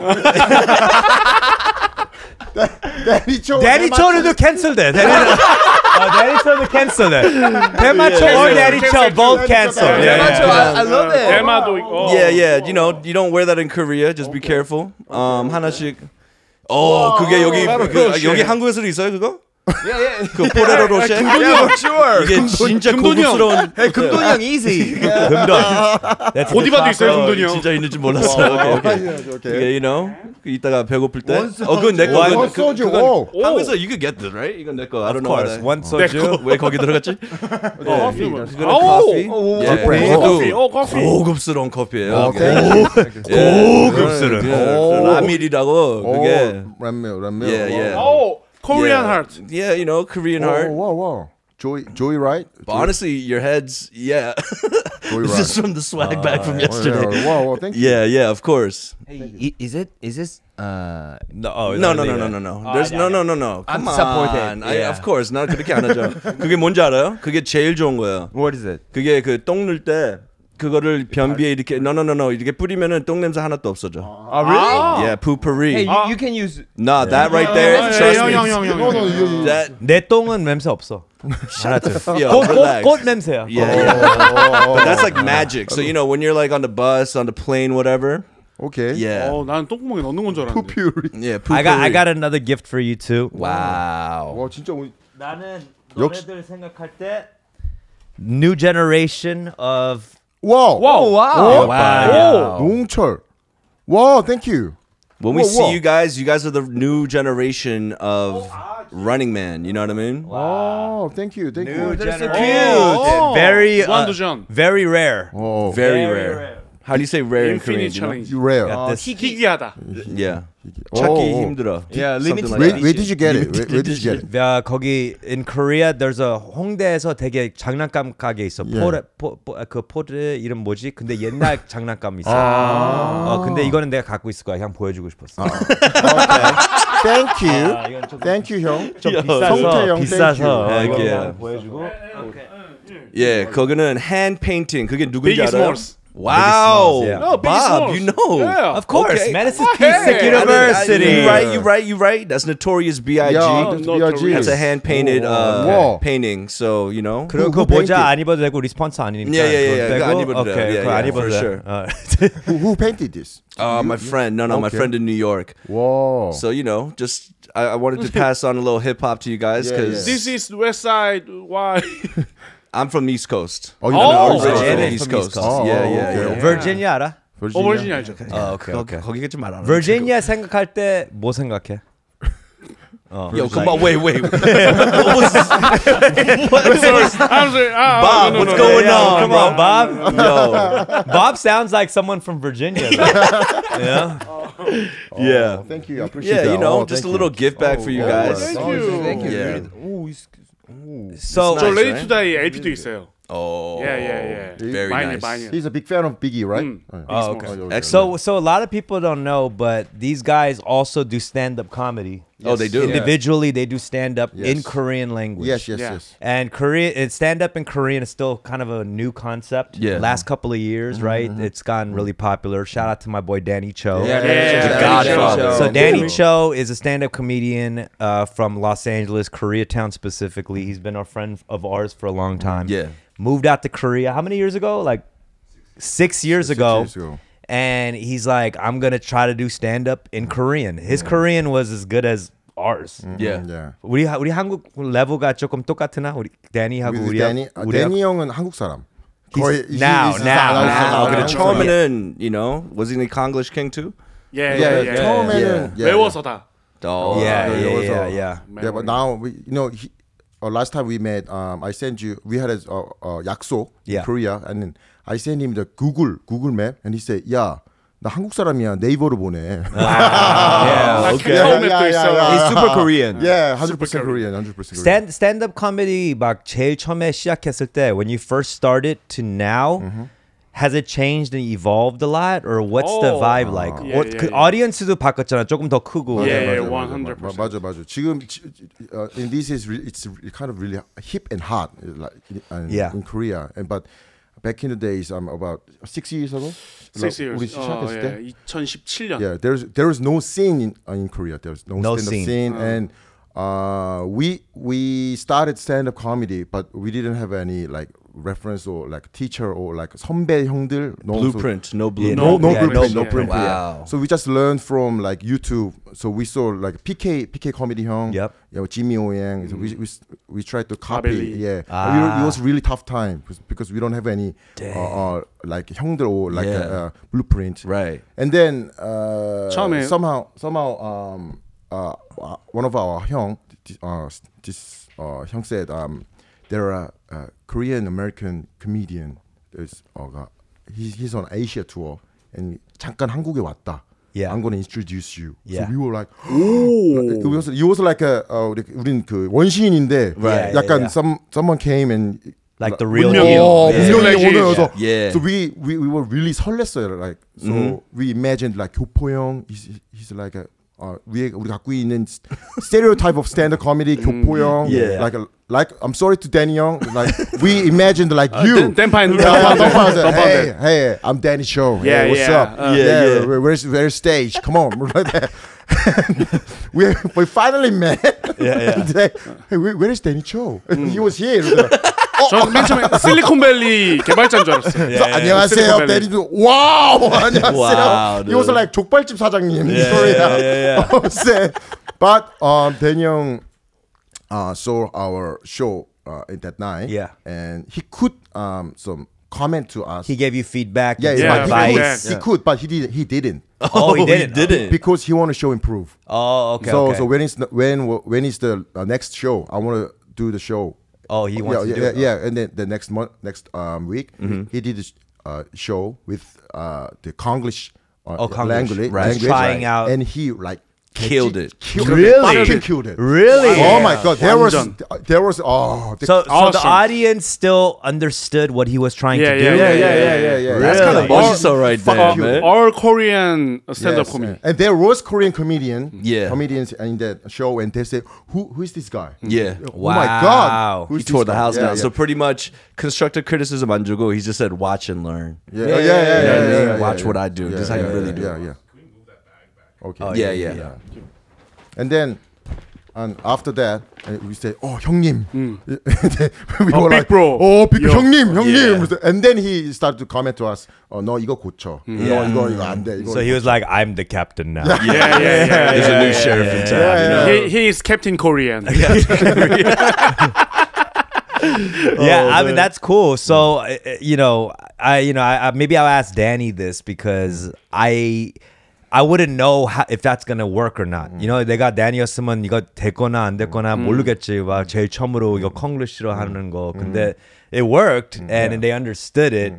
S3: 데니초.
S1: 대리초도 캔슬돼. Oh, 대리초도 캔슬돼. 대마초 or 대리초 both cancel.
S5: Demacho, I, I love it.
S4: 대마도 있고.
S2: Yeah, yeah. You know, you don't wear that in Korea. Just be careful. Um, 하나씩. 어, 그게 여기 그, 여기 한국에서도 있어요, 그거?
S5: Yeah, yeah.
S2: 그 포레로 로쉐.
S5: For sure.
S2: 이게 진짜 고급스러운
S5: 금돈 형 *laughs* easy.
S1: 금돈. That's good
S4: 고디바도 있어요,
S1: soccer.
S4: 금돈이 형.
S2: 진짜 있는지 몰랐어. 오케이, 오케이. 이게
S3: 오케이.
S2: you know 그 이따가 배고플 때. 어, 그건 내 거.
S3: 원
S2: 그건-
S3: 소주.
S2: 그건
S3: 오.
S2: 한국에서 you could get this, right? 이건 내 거. I
S1: Of
S2: don't know.
S1: course.
S2: why
S1: One soju.
S2: that- 왜 거기 들어갔지?
S4: 어,
S2: 커피. 예,
S3: 커피.
S4: 커피.
S2: 그것도
S4: 어, 커피.
S2: 고급스러운 커피예요.
S3: 오케이.
S2: 예. 고급스러운.
S3: 오.
S2: 예. 라밀이라고 그게. 예,
S3: 램메오 램메오.
S2: Yeah, yeah.
S4: 오. Korean
S2: yeah.
S4: heart.
S2: Yeah, you know, Korean heart.
S3: Wow, wow. Joy, Joy Wright.
S2: But honestly, your heads, yeah. *laughs*
S3: Joy
S2: this is from the swag bag from yesterday.
S3: Ah, Yeah, wow,
S2: *laughs*
S3: wow. Thank you.
S2: Yeah, yeah, of course.
S5: Hey, is it? Is this? Uh,
S1: No, oh,
S2: No, no, no, no, no, no. There's no, no, no, no. Come
S5: I'm
S2: on.
S5: disappointed.
S2: I,
S1: Yeah.
S2: of course, 나 그렇게 안 하죠. 그게 뭔지 알아요? 그게 제일 좋은 거예요.
S5: what is it?
S2: 그게 그똥넣때 그거를 변비에 이렇게 no, no, no, no 이렇게 뿌리면은 똥 냄새 하나도 없어져.
S5: Oh, really?
S4: 아,
S2: Yeah,
S5: Hey,
S2: poopery.
S5: you, you can use.
S2: Nah, that right there.
S4: 예, 형, 형,
S2: Trust
S4: 형,
S2: me.
S4: 형,
S3: No, no,
S4: 형.
S3: you, you.
S2: That.
S1: 내 똥은 냄새 없어. 알았죠. *laughs*
S2: Yo,
S1: 꽃꽃
S2: relax.
S1: 꽃 냄새야.
S2: Yeah, yeah. *laughs*
S3: Oh.
S2: But that's like magic. So you know when you're like on the bus, on the plane, whatever.
S3: Okay.
S2: Yeah.
S4: 어, 난 똥구멍에 넣는 건 줄 알았는데.
S3: Fury.
S2: Yeah. Poopery.
S1: I got I got another gift for you too.
S2: Wow.
S3: 와 진짜 오늘
S1: 나는
S3: 역시-
S1: 너네들 생각할 때 new generation of
S3: 와우.
S4: 와우.
S5: Oh,
S3: Oh,
S5: wow.
S1: 오빠.
S3: 농철. 와, thank you.
S2: When we
S3: Whoa,
S2: see
S3: whoa.
S2: you guys, you guys are the new generation of Running Man. You know what I mean?
S3: Oh, thank you, thank
S2: 네.
S3: you.
S4: Oh,
S1: very uh,
S4: 완도전.
S1: very rare.
S3: Oh,
S2: Very, rare. How do you say rare in Korean?
S4: 인피니
S2: You know?
S4: 챌린지.
S3: you rare.
S1: Got this.
S4: 희귀하다.
S2: Yeah.
S3: Oh,
S2: Chucky
S3: oh.
S2: 힘들어.
S5: Yeah,
S2: Something
S5: limited
S3: Where,
S5: edition.
S3: where did you get it? Where, where did you get it?
S1: 야, Uh, 거기 in Korea there's a 홍대에서 되게 장난감 가게 있어.
S3: 예.
S1: 포레 포그 포르 이름 뭐지? 근데 옛날
S2: *laughs*
S1: 장난감 있어.
S2: 아.
S1: 어, 근데 이거는 내가 갖고 있을 거야. 그냥 보여주고 싶었어.
S3: Thank
S1: 아,
S3: you,
S1: 이건 좀-
S3: thank you, 형.
S1: 좀
S2: 야,
S1: 비싸서
S3: 성태형,
S1: 비싸서
S2: thank you. 네,
S1: 이거
S2: Heck yeah.
S1: 그냥 보여주고.
S2: Yeah, 거기는 hand painting. 그게 누군지
S4: Biggie
S2: 알아요?
S4: Smalls.
S2: Wow.
S1: Biggie Smalls, yeah.
S4: No, Biggie
S2: Bob,
S4: Smalls.
S2: you know.
S4: Yeah.
S1: Of course,
S2: Okay.
S1: man. This is
S4: Hey,
S1: P-Sick
S4: I
S2: I didn't- I-
S1: University.
S2: You right, you right, you right. That's Notorious B.I.G.
S3: Yeah,
S4: G.
S3: no, B.I.G.
S2: That's a hand painted uh,
S3: Whoa.
S2: painting. So you know.
S1: 그리고 그거
S3: who painted?
S1: 모자 안 입어도 되고 리스폰스 아니니까
S2: Yeah, yeah,
S1: 그거
S2: yeah, yeah. 그거 안
S1: 빼고,
S2: 입어도 돼요.
S1: 오케이,
S2: Yeah,
S1: 그거 안
S2: yeah,
S1: 입어도
S2: for
S1: 돼.
S2: sure.
S1: 어.
S3: Who, who painted this?
S2: Uh, my friend, no, no, my
S3: Okay. Oh.
S2: friend in New York.
S3: Whoa.
S2: So you know, just I, I wanted to pass on a little hip hop to you guys
S3: Yeah,
S2: because
S4: This is West Side. Why?
S2: I'm from East Coast.
S3: oh, you know,
S4: Oh,
S2: Originally
S1: yeah,
S2: from
S1: yeah,
S2: East
S1: from East
S2: Coast.
S1: Coast.
S3: Oh,
S2: yeah,
S3: oh,
S2: yeah, Oh,
S3: okay.
S2: yeah.
S1: 버지니아 알아?
S4: 어, 버지니 알죠.
S1: 아, 오케이, 오케이.
S2: 거기 가지 말아.
S1: 버지니아 생각할 때 뭐 생각해?
S3: Oh,
S2: Yo, come
S3: *laughs*
S2: on, wait, wait. what
S5: *laughs*
S2: was
S4: Sorry.
S1: *laughs*
S4: I'm sorry. Ah,
S2: Bob,
S4: no, no,
S2: what's
S4: no, no.
S2: going
S1: yeah,
S2: on,
S1: Come
S2: bro?
S1: on,
S3: Oh,
S1: Bob.
S2: Yo,
S1: Bob sounds like someone from Virginia. though.
S2: *laughs*
S1: yeah.
S2: yeah,
S3: Thank you, I appreciate
S2: yeah.
S3: that.
S2: You know,
S3: Oh,
S2: just
S3: thank
S2: a little
S3: you.
S2: gift back for you guys.
S4: Thank you.
S5: Thank you.
S2: Yeah.
S1: So
S4: 저
S2: Nice,
S4: 레디
S2: right?
S4: 투다이 LP도 있어요.
S2: Oh,
S4: Yeah, yeah, yeah.
S2: Very
S4: 많이
S2: nice.
S4: 많이.
S3: He's a big fan of Biggie, right?
S4: Mm.
S3: Oh,
S1: Oh, okay.
S3: yeah, yeah, yeah.
S1: So so a lot of people don't know, but these guys also do stand up comedy.
S2: Oh, they do.
S1: Individually, they do stand up in
S3: Yes.
S1: Korean language.
S3: yes, yes,
S4: Yeah.
S3: yes.
S1: And Korea, and stand up in Korean is still kind of a new concept.
S2: Yeah.
S1: Last couple of years, right? It's gotten really popular. Shout out to my boy Danny Cho.
S4: Yeah.
S5: Yeah, The
S4: Danny
S5: Godfather.
S2: Cho.
S1: So
S2: Oh,
S1: Danny
S2: cool.
S1: Cho is a stand-up comedian uh, from Los Angeles, Koreatown specifically. He's been a friend of ours for a long time.
S2: Yeah.
S1: Moved out to Korea how many years ago? Like six years,
S3: Six
S1: ago.
S3: years ago.
S1: And he's like, I'm gonna try to do stand-up in Korean. His Korean was as good as ours.
S2: Yeah.
S3: Yeah.
S1: 우리 하- 우리 한국 레벨가 조금 똑같으나 우리 데니하고
S3: With
S1: 우리
S3: Danny, uh, Danny 형은 한국 사람.
S1: He's-
S3: 거의 이-
S1: now, now,
S3: 이- 이- 이- 이-
S1: now.
S2: Oh,
S3: 이-
S1: 아,
S2: but
S3: 이-
S2: it's
S1: 그렇죠.
S2: Charmin and you know, was he the Konglish king too?
S3: Yeah,
S4: Yeah, yeah,
S3: yeah,
S4: yeah.
S3: 처음에는 yeah.
S4: 예, 외워서 다.
S1: yeah, yeah, yeah,
S2: Oh,
S3: Yeah,
S1: yeah,
S3: also-
S1: yeah.
S3: Yeah, but now we, you know, he, uh, last time we met, um, I sent you. We had a uh, uh, 약속
S1: Yeah.
S3: in Korea, and then I sent him the Google Google map, and he said, "Yeah, 나 한국 사람이야. 네이버로 보내."
S4: 아,
S2: Yeah, okay.
S4: 카카오
S3: 야,
S4: 맵도
S3: 야,
S4: 있어.
S3: 야, 야.
S2: Uh,
S5: He's super Korean.
S3: *laughs* yeah, hundred percent Korean, hundred percent Korean.
S1: stand stand up comedy 막 제일 처음에 시작했을 때 when you first started to now
S3: Mm-hmm.
S1: has it changed and evolved a lot or what's the
S4: Oh.
S1: vibe like?
S4: 예,
S1: what,
S4: 예,
S1: 그
S4: 예.
S1: audience도 바꿨잖아. 조금 더 크고.
S4: 예, 예,
S3: 맞아, 맞아,
S4: 100%.
S3: 맞아, 맞아, 맞아. 지금 지- 지- uh, in this is re- it's re- kind of really hip and hot like in, and
S1: Yeah.
S3: in Korea. And but back in the days, um, about six years ago, like,
S4: Six years. Oh,
S3: 우리
S4: 어,
S3: 시작했을 때,
S4: 예. 2017년.
S3: yeah, there's there is no scene in, uh, in Korea. There's no,
S1: No
S3: stand-up
S1: scene.
S3: scene, and uh, we we started stand-up comedy, but we didn't have any like reference or like teacher or like 선배 형들 no, so-
S2: Blueprint, no blueprint.
S1: Yeah, no
S3: no, no blueprint, no blueprint.
S4: blueprint.
S2: Wow.
S3: So we just learned from like YouTube. So we saw like PK, PK comedy hung.
S1: Yep.
S3: Yeah, with Jimmy Ouyang. So we, we we tried to copy.
S4: Abeli.
S3: Yeah.
S1: Ah.
S3: We- it was really tough time 'cause- because we don't have any uh, uh, like 형들 or like
S2: Yeah.
S3: uh, uh, blueprint.
S2: Right.
S3: And then uh,
S4: 처음에-
S3: somehow somehow um uh uh, one of our hyung uh this uh hyung said um there are uh, Korean American comedian is uh 가- he's he's on Asia tour and 잠깐 한국에 왔다.
S1: Yeah.
S3: I'm gonna introduce you.
S1: Yeah.
S3: So we were like, *gasps* oh, it was, it was like a, uh, 우리- 우린 그 원시인인데
S1: Right. Yeah,
S3: 약간
S1: yeah, yeah.
S3: some someone came and
S1: Like the real
S4: 문명이-
S1: deal.
S3: 어,
S4: Yeah.
S3: 분명히
S4: Yeah.
S3: 오늘여서.
S2: Yeah.
S3: So we we we were really 설렜어요. Like so we imagined like 교포형 he's he's like a 어, 우리 우리 갖고 있는 stereotype of stand-up comedy 교포형
S1: Yeah.
S3: like a, like I'm sorry to Danny Young like we imagined like you
S4: 댄- 댄파인
S3: Yeah, yeah,
S4: 댄파인
S3: 덤파인.
S4: 댄파인.
S3: hey hey I'm Danny Cho
S4: Yeah,
S3: hey, what's
S4: yeah.
S3: up
S2: Yeah,
S3: yeah,
S4: Uh,
S2: yeah.
S3: where- where's where's stage come on *laughs* Like that. we we finally met yeah, yeah. *laughs* hey, where, where is Danny Cho *laughs* he was here
S4: 저는 맨 처음에 실리콘밸리 개발자인 줄 알았어요. 네.
S3: 그래서 안녕하세요.
S4: 실리콘밸리.
S3: 대리도 와우 안녕하세요.
S2: 와우,
S3: 이 옷은 like 족발집 사장님. Yeah, yeah, yeah, *laughs* But um, Daniel uh, saw our show uh, in that night.
S1: Yeah.
S3: And he could um, some comment to us.
S1: He gave you feedback,
S3: yeah,
S1: yeah,
S4: yeah,
S3: yeah, but he, could,
S1: advice.
S3: he could, but he didn't. He didn't
S1: Oh, he didn't.
S3: because he want to show improve.
S1: Oh, okay.
S3: so
S1: okay.
S3: so when is the- when when is the uh, next show? I want to do the show.
S1: Oh, he wants to
S3: yeah,
S1: do
S3: yeah,
S1: it. Mm-hmm.
S3: yeah, and then the next month, next um, week, he did a sh- uh, show with uh, the Konglish, uh,
S1: Oh, Konglish,
S3: language,
S1: right.
S3: language,
S1: Trying out-
S3: and he like
S2: Killed it.
S3: killed
S1: Really?
S3: it, fucking killed it,
S1: Really?
S3: Oh my god, there was,
S4: 완전.
S3: there was, oh, the-
S1: So, so the
S4: Awesome.
S1: audience still understood what he was trying
S4: Yeah,
S1: to do.
S4: yeah,
S3: yeah, yeah, yeah, yeah, yeah. That's
S1: Really?
S3: kind of
S2: That's all right there,
S3: you.
S2: man.
S4: 네. All Korean stand-up
S3: Yes,
S4: comedy.
S3: And there was Korean comedian,
S2: Yeah.
S3: comedians in that show, and they said, "Who who is this guy?"
S2: Yeah.
S3: Oh my
S1: Wow.
S3: god,
S2: He
S3: who's
S2: tore the
S3: this guy?
S2: house down.
S3: Yeah, yeah.
S2: So pretty much constructive criticism 안 주고 he just said watch and learn.
S3: yeah, yeah, yeah, yeah,
S2: You know what I
S3: yeah,
S2: mean?
S3: yeah,
S2: watch
S3: yeah.
S2: what I do. this is how you really do.
S3: Yeah,
S2: it. Oh,
S3: yeah. Okay.
S2: yeah, yeah, yeah.
S3: And then, and after that, uh, we say, "Oh, 형님."
S2: Mm.
S3: *laughs* we
S4: Oh,
S3: were
S4: big bro.
S3: "Oh, big
S4: Yo.
S3: 형님, 형님."
S2: Yeah.
S3: And then he started to comment to us, "Oh, no, 이거 고쳐.
S2: Mm.
S3: No,
S1: Yeah.
S3: 이거 이거 안 돼. 이거
S1: So he was like, "I'm the captain now."
S4: Yeah, yeah, yeah.
S2: There's
S4: yeah.
S2: a new sheriff in town.
S3: yeah,
S2: you know?
S3: yeah.
S4: He, he is Captain Korean.
S1: yeah, I mean that's cool. So uh, uh, you know, I you know, I, I, maybe I'll ask Danny this because I I wouldn't know how, if that's gonna work or not. You know, 내가 Danny였으면 이거 됐거나 안 됐거나 모르겠지. 막 제일 처음으로 이거 콩글리시로 하는 거. 근데 it worked and, they understood it.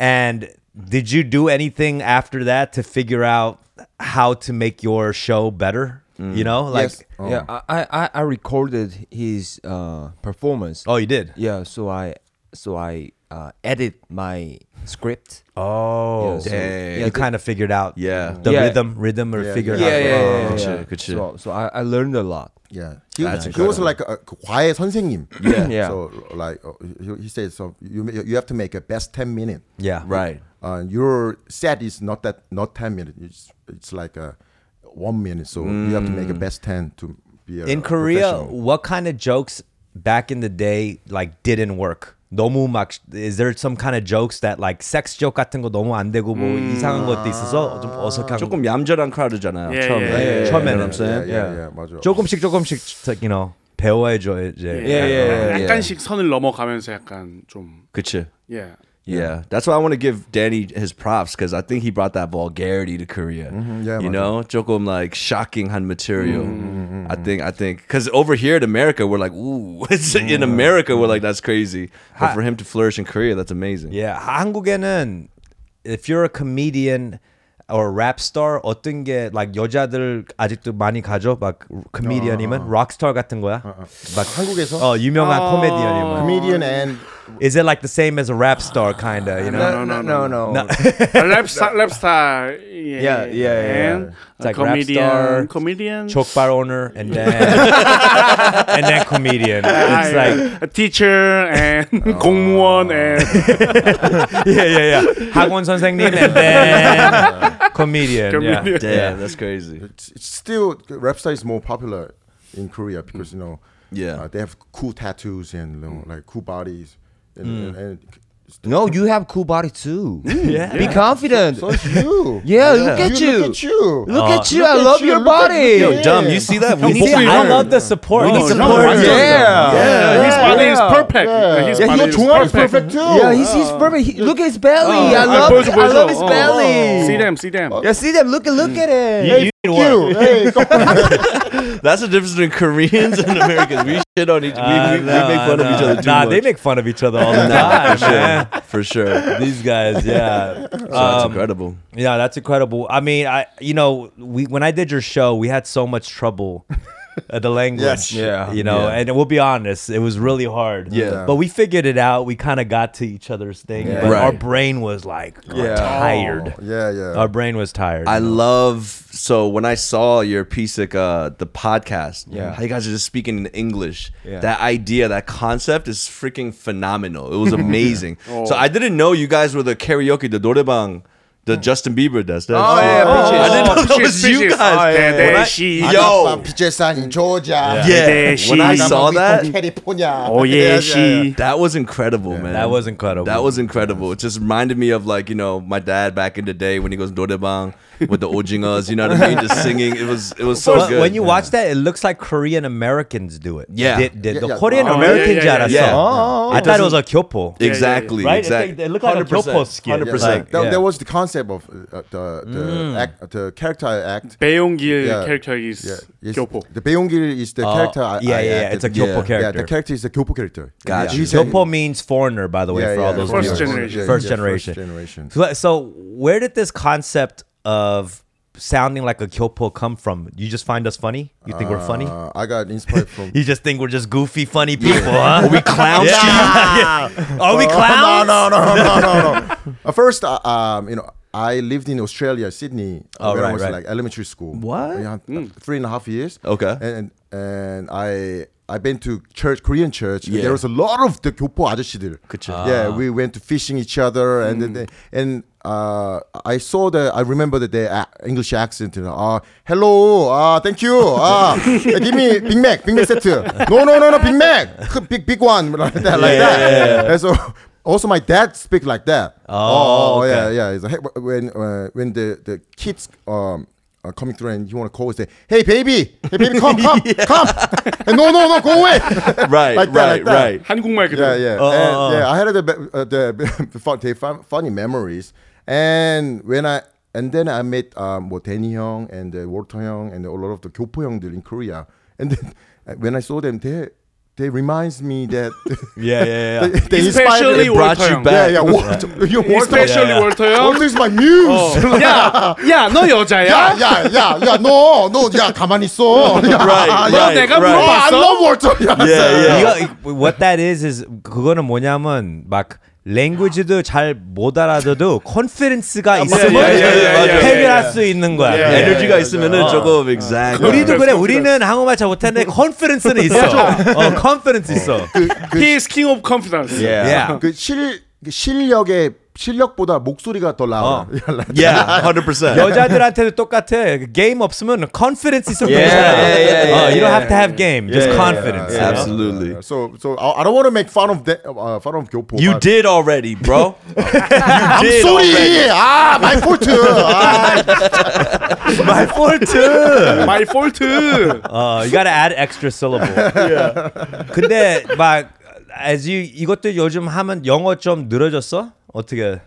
S1: And did you do anything after that to figure out how to make your show better? You know, like
S3: Yes. Oh.
S5: Yeah, I, I- I, I recorded his uh, performance.
S1: oh, you did.
S5: Yeah, so I so I uh, edit my script.
S1: Oh,
S5: Yeah, so-
S1: dang.
S5: yeah,
S1: you
S5: the-
S1: kind of figured out,
S2: Yeah.
S1: the
S5: Yeah.
S1: rhythm, rhythm, or
S3: Yeah,
S1: figured
S3: yeah.
S1: out.
S3: Yeah, yeah, yeah,
S1: Oh.
S2: yeah. 그치, 그치.
S5: So, so I, I learned a lot.
S3: Yeah, he,
S2: That's
S3: he was
S2: incredible.
S3: like a, a 과외 선생님. Yeah.
S5: Yeah.
S3: So like uh, he, he said, so you ma- you have to make a best ten minute.
S1: yeah,
S2: Right.
S3: Uh, your set is not that not ten minute. It's it's like a one minute. So you have to make a best ten to be a
S1: In
S3: a
S1: Korea,
S3: professional.
S1: what kind of jokes back in the day like didn't work? 너무 막 is there some kind of jokes that like sex joke 같은 거 너무 안 되고 뭐 이상한 것도 있어서 좀 어색한
S2: 조금 얌전한 크라우드잖아요.
S4: Yeah,
S2: 처음에.
S4: yeah, yeah,
S1: yeah, yeah.
S2: 처음에는. You know what I'm saying?
S3: yeah, yeah, yeah, 맞아.
S1: 조금씩 조금씩 like, you know 배워야죠 이제.
S5: Yeah, yeah, yeah, yeah.
S4: 약간씩 선을 넘어가면서 약간 좀
S2: 그치.
S4: yeah.
S2: Yeah, that's why I want to give Danny his props because I think he brought that vulgarity to Korea.
S1: Mm-hmm.
S3: yeah,
S2: you
S3: 맞아.
S2: know, 조금 like shocking han material.
S1: mm-hmm,
S2: I think, I think, because over here in America we're like, ooh, *laughs* it's,
S1: Mm-hmm,
S2: in America we're like that's crazy, but for him to flourish in Korea, that's amazing.
S1: Yeah, 예, 한국에는 if you're a comedian or a rap star 어떤 게 like 여자들 아직도 많이 가죠. 막 comedian이면 rockstar 같은 거야. 막
S3: 어. 한국에서
S1: 어 유명한 코미디언이면
S3: comedian and
S1: Is it like the same as a rap star kind of,
S3: *laughs*
S1: you know?
S5: no, no, no, no.
S4: rap star, rap star. Yeah,
S5: Yeah, yeah, yeah.
S4: And
S1: It's like rap
S4: comedian,
S1: star,
S4: comedian.
S1: Chokbar owner and
S3: *laughs*
S1: then and then comedian.
S3: 아, 예.
S1: It's like
S4: a teacher and *laughs* 공무원 and
S1: yeah, yeah, yeah. 학원 선생님 and then
S3: *laughs*
S1: comedian. Yeah.
S4: comedian.
S2: Damn, that's crazy.
S3: it's, it's still Rapstar is more popular in Korea because you know
S2: Yeah.
S3: uh, they have cool tattoos and you know, like cool bodies and, and, and *laughs*
S5: No, you have cool body *laughs* too.
S1: Yeah.
S5: Be confident.
S3: so it's you.
S5: yeah, look at you.
S3: Look at you.
S5: Look
S1: Oh.
S5: at you.
S3: Look
S5: I
S3: at
S5: love
S3: you,
S5: your
S3: look at-
S5: body.
S3: look
S2: Yo,
S3: at Yeah.
S2: Dumb, you see that? We
S1: See,
S2: need to
S1: I
S2: learn.
S1: love the support.
S3: Oh,
S4: We need support.
S5: yeah.
S4: Yeah, his body is
S5: Yeah.
S4: perfect. His
S5: Yeah,
S4: body
S5: your
S4: is
S3: Tomorrow is
S4: perfect.
S3: perfect too.
S1: Mm-hmm.
S5: Yeah, he's, he's perfect. He, look at his belly. I
S4: 아,
S5: love
S4: 보여줘,
S5: I love
S4: 보여줘.
S5: his
S4: 어.
S5: belly.
S4: oh. See them, see them.
S5: Yeah, see them. Look at look at it.
S1: You, you need work.
S3: you. Hey, come on.
S2: That's the difference between Koreans and Americans. We shit on each. We,
S1: Uh,
S2: we,
S1: no,
S2: we make fun
S1: no.
S2: of each other too
S1: Nah,
S2: much.
S1: they make fun of each other all the
S2: *laughs* Nah,
S1: time, man.
S2: for sure, for sure.
S1: These guys, yeah.
S2: So that's
S1: Um,
S2: incredible.
S1: Yeah, that's incredible. I mean, I you know, we when I did your show, we had so much trouble. uh, the language,
S3: Yes.
S5: Yeah.
S1: you know,
S2: Yeah.
S1: and we'll be honest, it was really hard.
S2: Yeah.
S1: but we figured it out. We kind of got to each other's thing,
S5: Yeah.
S1: but our
S2: Right. Oh.
S1: brain was like
S5: Yeah.
S1: tired.
S3: Yeah, yeah.
S1: Our brain was tired.
S2: I love so when I saw your piece like uh the podcast,
S5: Yeah.
S2: how you guys are just speaking in English.
S5: Yeah.
S2: That idea, that concept is
S4: *laughs* Oh.
S2: freaking phenomenal. It was amazing. So I didn't know you guys were the karaoke, the Dorebang The Justin Bieber does that.
S4: Oh, yeah,
S2: I
S4: Peaches.
S2: didn't know that
S4: Peaches,
S2: was you
S4: Peaches.
S2: guys.
S4: Oh, yeah,
S2: When I-
S4: she-
S2: yo,
S3: PJ산 in Georgia.
S2: yeah.
S4: Peaches.
S2: When I
S4: Peaches.
S2: saw that,
S3: California.
S4: Oh yeah, she.
S2: That was incredible, man.
S1: That was incredible.
S2: That was incredible. It just reminded me of like you know my dad back in the day when he goes Dorebang with the ojingas. You know what I mean? Just singing. It was it was so
S1: But
S2: good.
S1: when you watch that, it looks like Korean Americans do it.
S2: Yeah.
S1: Did, did the
S3: Yeah, yeah.
S1: Korean
S4: Oh,
S1: American
S4: yeah, yeah,
S1: jar
S2: yeah, yeah.
S1: I thought it was a kyopo.
S2: exactly,
S1: Right? It's
S2: exactly.
S1: like- it looked like a Gyopo skin.
S2: Hundred
S3: Yeah,
S2: percent.
S3: that,
S1: Yeah. Mm.
S3: that was the concept of uh, the the act, the character I act.
S4: 배용길
S3: Yeah.
S4: 캐릭터
S3: Yeah,
S4: is
S3: it's-
S4: 교포.
S3: The Beongil is the
S1: Oh,
S3: character. I,
S1: yeah, yeah,
S3: I
S1: yeah,
S3: acted.
S1: it's a Gyopo
S3: Yeah,
S1: character.
S3: the character is a Gyopo character.
S2: Gotcha.
S3: He's a-
S1: Gyopo means foreigner, by the way,
S3: Yeah,
S1: for all
S3: yeah,
S1: those
S4: First
S1: viewers.
S4: generation.
S3: Yeah,
S1: First
S3: yeah,
S1: generation.
S3: First generation.
S1: So, so where did this concept of sounding like a kyopo come from? You just find us funny? You think we're funny?
S3: Uh, I got inspired
S1: *laughs*
S3: from.
S1: You just think we're just goofy, funny people, huh?
S2: Are we clowns?
S1: Yeah. *laughs* Are we clowns?
S3: Uh, *laughs* No, no, no,
S1: *laughs*
S3: no, no, no. At first, uh, um, you know, I lived in Australia, Sydney,
S1: Oh,
S3: when
S1: right,
S3: I was
S1: right.
S3: like elementary school.
S1: What?
S3: Yeah, Three and a half years.
S2: Okay.
S3: And and I I been to church, Korean church. and
S2: Yeah.
S3: There was a lot of the 교포 아저씨들.
S2: 그쵸.
S3: Yeah, we went to fishing each other, and then they, and uh, I saw the I remember the, the uh, English accent. You know, uh, hello, uh, thank you. Uh, give me Big Mac, Big Mac set. No, no, no, no, Big Mac, big big one like that, like that. And so also my dad speak like that.
S1: Oh, okay.
S3: yeah, yeah. It's like, hey, when uh, when the the kids um are coming through and you want to call, say, hey baby, hey baby, come come come. And no no no, go away.
S2: Right,
S3: Like that,
S2: right,
S3: like that.
S2: right.
S4: 한국말
S3: yeah
S4: 그대로.
S3: yeah
S1: Oh,
S3: And,
S1: oh, oh.
S3: yeah. I had the be- uh, the *laughs* fun, the fun, funny memories and when I. And then I met um, well, Danny Young and uh, Walter Young and a lot of the Gyopo 형들 in Korea. And then *laughs* uh, when I saw them, they they reminds me that
S1: Yeah, yeah, yeah.
S3: they, *laughs* they inspired
S4: Especially
S3: me.
S2: It brought
S4: 월터
S2: you
S4: 형.
S2: back.
S3: Yeah, yeah. What? You Walter.
S4: Especially
S1: Yeah, yeah.
S4: 월터 형.
S3: Walter is my muse.
S4: 야, *laughs* 야, 너 여자야?
S3: 야, 야, 야, 야, 너, 너, 야, 가만히 있어. 야,
S2: Right,
S3: 야,
S4: 너
S2: right,
S4: 내가
S2: right.
S3: 너, I
S4: 물어봤어?
S3: love Walter. 야,
S2: Yeah, yeah.
S1: 이거, what that is is 그거는 뭐냐면 막 랭귀지도 잘 못 알아들어도 컨피던스가 있으면
S4: yeah, yeah, yeah, yeah,
S1: 해결할
S4: yeah.
S1: 수 있는 거야.
S4: Yeah, yeah,
S2: 에너지가 있으면은 조금 exactly.
S1: 우리도 그래. 우리는 한국말 잘 못하는데 컨피던스는 있어. 어, 컨피던스 있어.
S3: 그, 그,
S4: He is king of confidence.
S2: Yeah.
S1: Yeah.
S3: 그 실, 그 실력의 실력보다 목소리가 더 나와.
S1: 어.
S2: Yeah, hundred percent.
S1: 여자들한테도 똑같아. 그 게임 없으면 confidence 있으면
S2: Yeah,
S1: 되잖아.
S2: yeah, yeah,
S1: 어,
S2: yeah,
S1: you don't
S2: yeah,
S1: have to have game. just
S2: yeah, yeah.
S1: confidence.
S2: Yeah,
S1: you know?
S2: absolutely.
S3: So, so I, I don't want to make fun of that, uh, fun of Gyopo.
S2: You
S3: but-
S2: did already,
S1: *laughs*
S2: bro. you did
S3: Sorry. 아, my fault. 아,
S1: My fault too.
S4: *laughs* My fault.
S1: *laughs* 어, you gotta add extra syllable. 근데 막 as you 이것도 요즘 하면 영어 좀 늘어졌어? 어떻게?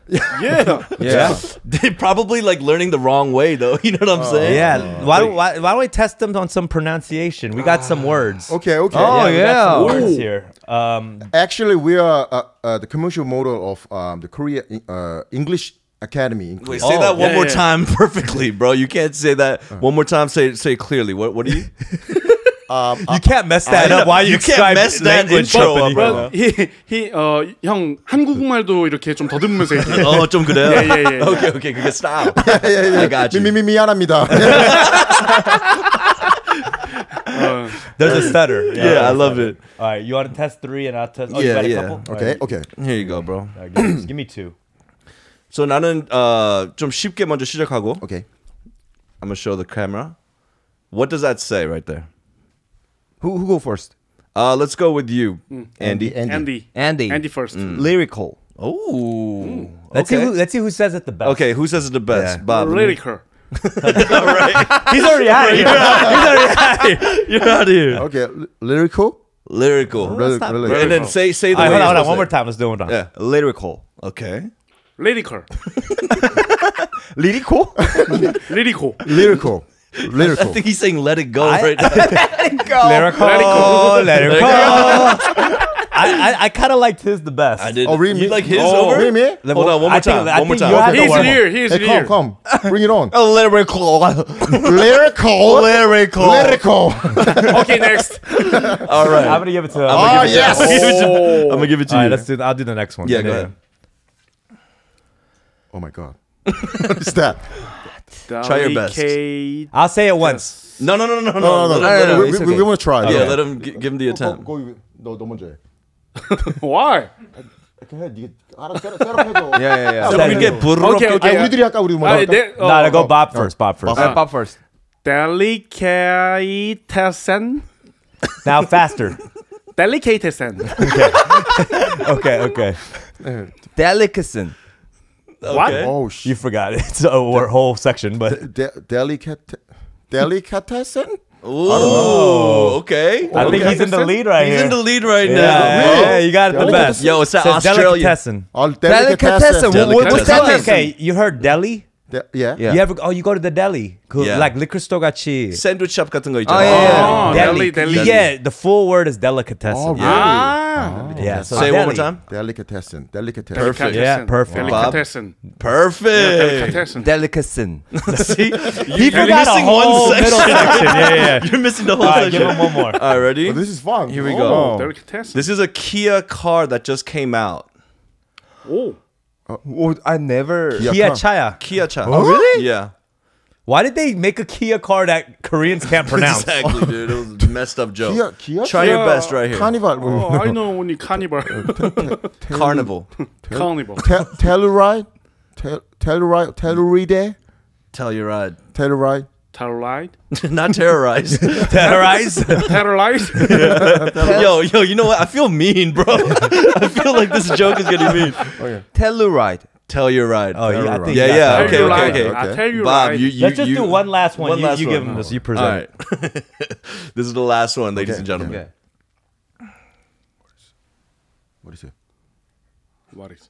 S4: Yeah.
S1: Yeah.
S2: *laughs* They probably like learning the wrong way though. *laughs* You know what I'm saying?
S1: Oh. Yeah. Why don't why, why don't we test them on some pronunciation? We got some words.
S3: okay, okay.
S1: Oh yeah. We got some
S2: yeah.
S1: words here. Um,
S3: Actually, we are uh, uh, the commercial model of um, the Korea uh, English Academy. In Korea.
S2: Wait, say
S1: Oh,
S2: that one
S4: yeah,
S2: more
S4: yeah.
S2: time *laughs* perfectly, bro. You can't say that one more time. Say say it clearly. What what are you?
S1: you can't mess that
S2: I
S1: up. Why
S2: know.
S1: you,
S2: You can't
S1: describe
S2: mess that
S1: language
S2: intro
S1: company.
S2: up, bro.
S4: Well, he, he, 어, 형 한국말도 이렇게 좀 더듬으면서 얘기해.
S2: oh, 좀 *laughs* 그래요.
S4: Yeah, yeah, yeah.
S2: Okay, okay, okay. *laughs* Stop. I got you.
S3: 미미미 미안합니다.
S4: 어.
S1: There's a
S2: *laughs*
S1: stutter.
S2: Yeah, I love it.
S1: All right, you want to test three and I'll test. Oh, you
S2: Yeah,
S1: got a
S2: yeah.
S1: couple. All
S3: Okay,
S1: right.
S3: okay.
S2: Here you go, bro.
S1: All right, give, me- give me two.
S2: So 나는 uh, 좀 쉽게 먼저 시작하고.
S3: Okay.
S2: I'm gonna show the camera. What does that say right there?
S5: Who who go first?
S2: Uh, let's go with you, Andy.
S4: Andy.
S5: Andy. Mm.
S4: Andy first.
S5: Lyrical.
S2: Oh,
S1: Let's see. Who,
S2: okay.
S1: let's see who says it the best.
S2: Okay, who says it the best?
S1: Yeah.
S2: Bob. All
S4: Lyrical.
S2: right.
S1: He's already
S2: *laughs*
S1: out of here. He's already out of here.
S2: You're out of here.
S3: Okay, l- lyrical.
S2: Lyrical.
S3: Lyri-
S1: not
S3: lyrical.
S2: And then say say the
S1: All right,
S2: way
S1: hold
S2: it's
S1: on, hold on.
S2: supposed
S1: One more
S2: to
S1: time. Let's do it. One.
S2: say.
S5: Lyrical.
S2: Yeah. Okay.
S4: Lyrical.
S5: Lyrical?
S4: Lyrical.
S3: lyrical, *laughs* lyrical.
S2: I think he's saying "Let It Go"
S1: I-
S2: *laughs* right now.
S1: Lyrical.
S4: Let it go.
S1: Lyrical. I,
S2: *laughs*
S1: I, I kind of liked his the best.
S2: I did.
S3: Oh, really?
S2: You like his
S3: Oh,
S2: over?
S3: really?
S2: Hold on, one more
S1: I think-
S2: time.
S1: I
S2: one more
S1: think
S2: time.
S1: you have
S4: He's
S1: Don't worry.
S4: here. He's
S3: hey,
S4: here.
S3: come, come, bring it Oh, on.
S1: *laughs*
S5: Lyrical.
S3: *laughs* lyrical,
S5: Lyrical.
S3: lyrical.
S4: Okay, *laughs* next.
S2: All right.
S1: I'm gonna give it to. I'm
S3: Ah,
S1: gonna give it to-
S3: yes.
S4: Oh,
S2: I'm gonna give it to
S1: All right,
S2: you.
S1: let's do. I'll do the next one.
S2: *laughs*
S1: *laughs*
S2: yeah, go ahead.
S3: Oh my god, *laughs* what's that?
S2: Try your best.
S4: K-
S1: I'll say it once.
S2: No, no, no, no, no,
S3: No, no, no.
S2: let him-
S3: we,
S5: it's
S3: we, we
S5: okay.
S3: want to try.
S2: yeah,
S3: Okay.
S2: let him g- give him the
S3: Go,
S2: attempt.
S3: go, go, no, 너 먼저 해.
S4: *laughs* Why?
S3: 이렇게 해. 네가 알아 셋업 셋업 해줘.
S2: Yeah, yeah, yeah.
S3: 아,
S2: So we
S3: 우리-
S2: get burro.
S4: 오케이,
S3: 아,
S4: 오케이.
S3: 우리들이 할까 우리 먼저
S4: 아,
S3: 할까?
S4: 네.
S1: No, no, go Bob first. Bob first.
S2: Oh, Alright, pop first.
S4: Delicatessen.
S1: Now faster. *laughs*
S4: *laughs* Delicatessen.
S1: Okay,
S2: *laughs*
S1: okay.
S5: Delicatessen.
S4: What?
S3: Oh
S1: You
S3: shit.
S1: forgot it. *laughs* So our whole section, but
S3: De- delicate delicatessen?
S2: Ooh, okay.
S1: I think he's in the lead right
S2: He's
S1: here.
S2: in the lead right
S1: yeah,
S2: now.
S1: yeah, yeah, you got it the best.
S2: Yo, it's that
S1: Says
S2: Australian.
S1: Delicatessen.
S3: Oh,
S5: Delicatessen.
S3: delicatessen.
S5: What- What's that mean?
S1: Okay, you heard deli?
S3: De- yeah.
S5: Yeah.
S1: You ever? Oh, you go to the deli? Cool.
S2: Yeah.
S1: Like liquor store got cheese.
S2: 샌드위치 샵 같은 거
S5: 아, 예, 예.
S2: 있잖아.
S1: Oh,
S4: 어, deli, deli.
S1: Yeah, the full word is delicatessen.
S3: Oh, really?
S1: yeah.
S4: Ah.
S1: yeah so
S2: Say it one more
S1: deli.
S2: time.
S3: Delicatessen. Delicatessen.
S2: Perfect.
S1: Yeah, perfect.
S4: Delicatessen.
S2: Perfect.
S4: Delicatessen.
S5: *laughs* Delicatessen.
S2: See, you,
S1: He
S2: you're
S1: forgot a
S2: missing
S1: whole
S2: one
S1: middle
S2: section.
S1: section. Yeah, yeah. yeah.
S2: *laughs* you're missing the whole
S1: All right, give
S2: section.
S1: him one more.
S2: *laughs* All right, ready?
S3: Oh, this is fun.
S2: Here we
S3: Oh.
S2: go. This is a Kia car that just came out.
S4: Oh.
S5: Oh, I never.
S1: Kia Chaya.
S2: Kia 차. Oh, really? Yeah.
S1: Why did they make a Kia car that Koreans
S2: *laughs*
S1: can't pronounce? *laughs*
S2: Exactly, dude. It was a messed up joke.
S3: Kia- Kia
S2: Try
S3: 차?
S2: your best right here.
S3: Carnival.
S4: Oh, I know only
S2: *laughs*
S4: carnival.
S2: Carnival.
S4: carnival.
S3: Tel- Telluride. Tel- Telluride. Telluride.
S2: Telluride.
S3: Telluride.
S4: Terrorite.
S2: *laughs* Not terrorized. *laughs*
S1: Terrorize.
S4: *laughs* Terrorite.
S2: yo, yo, you know what? I feel mean, bro. I feel like this joke is gonna be mean.
S5: Telluride.
S2: Telluride.
S1: Oh, yeah, I think
S2: Yeah,
S1: you got
S2: yeah,
S1: that
S2: okay,
S1: right.
S2: okay,
S4: Terrorite.
S2: okay.
S4: I tell you
S2: Bob,
S4: right.
S2: you, you,
S1: Let's just
S2: you-
S1: do one last one. you, you give him this. You present.
S2: All right. *laughs* this is the last one, ladies and gentlemen.
S5: Okay.
S3: What is it?
S4: what is?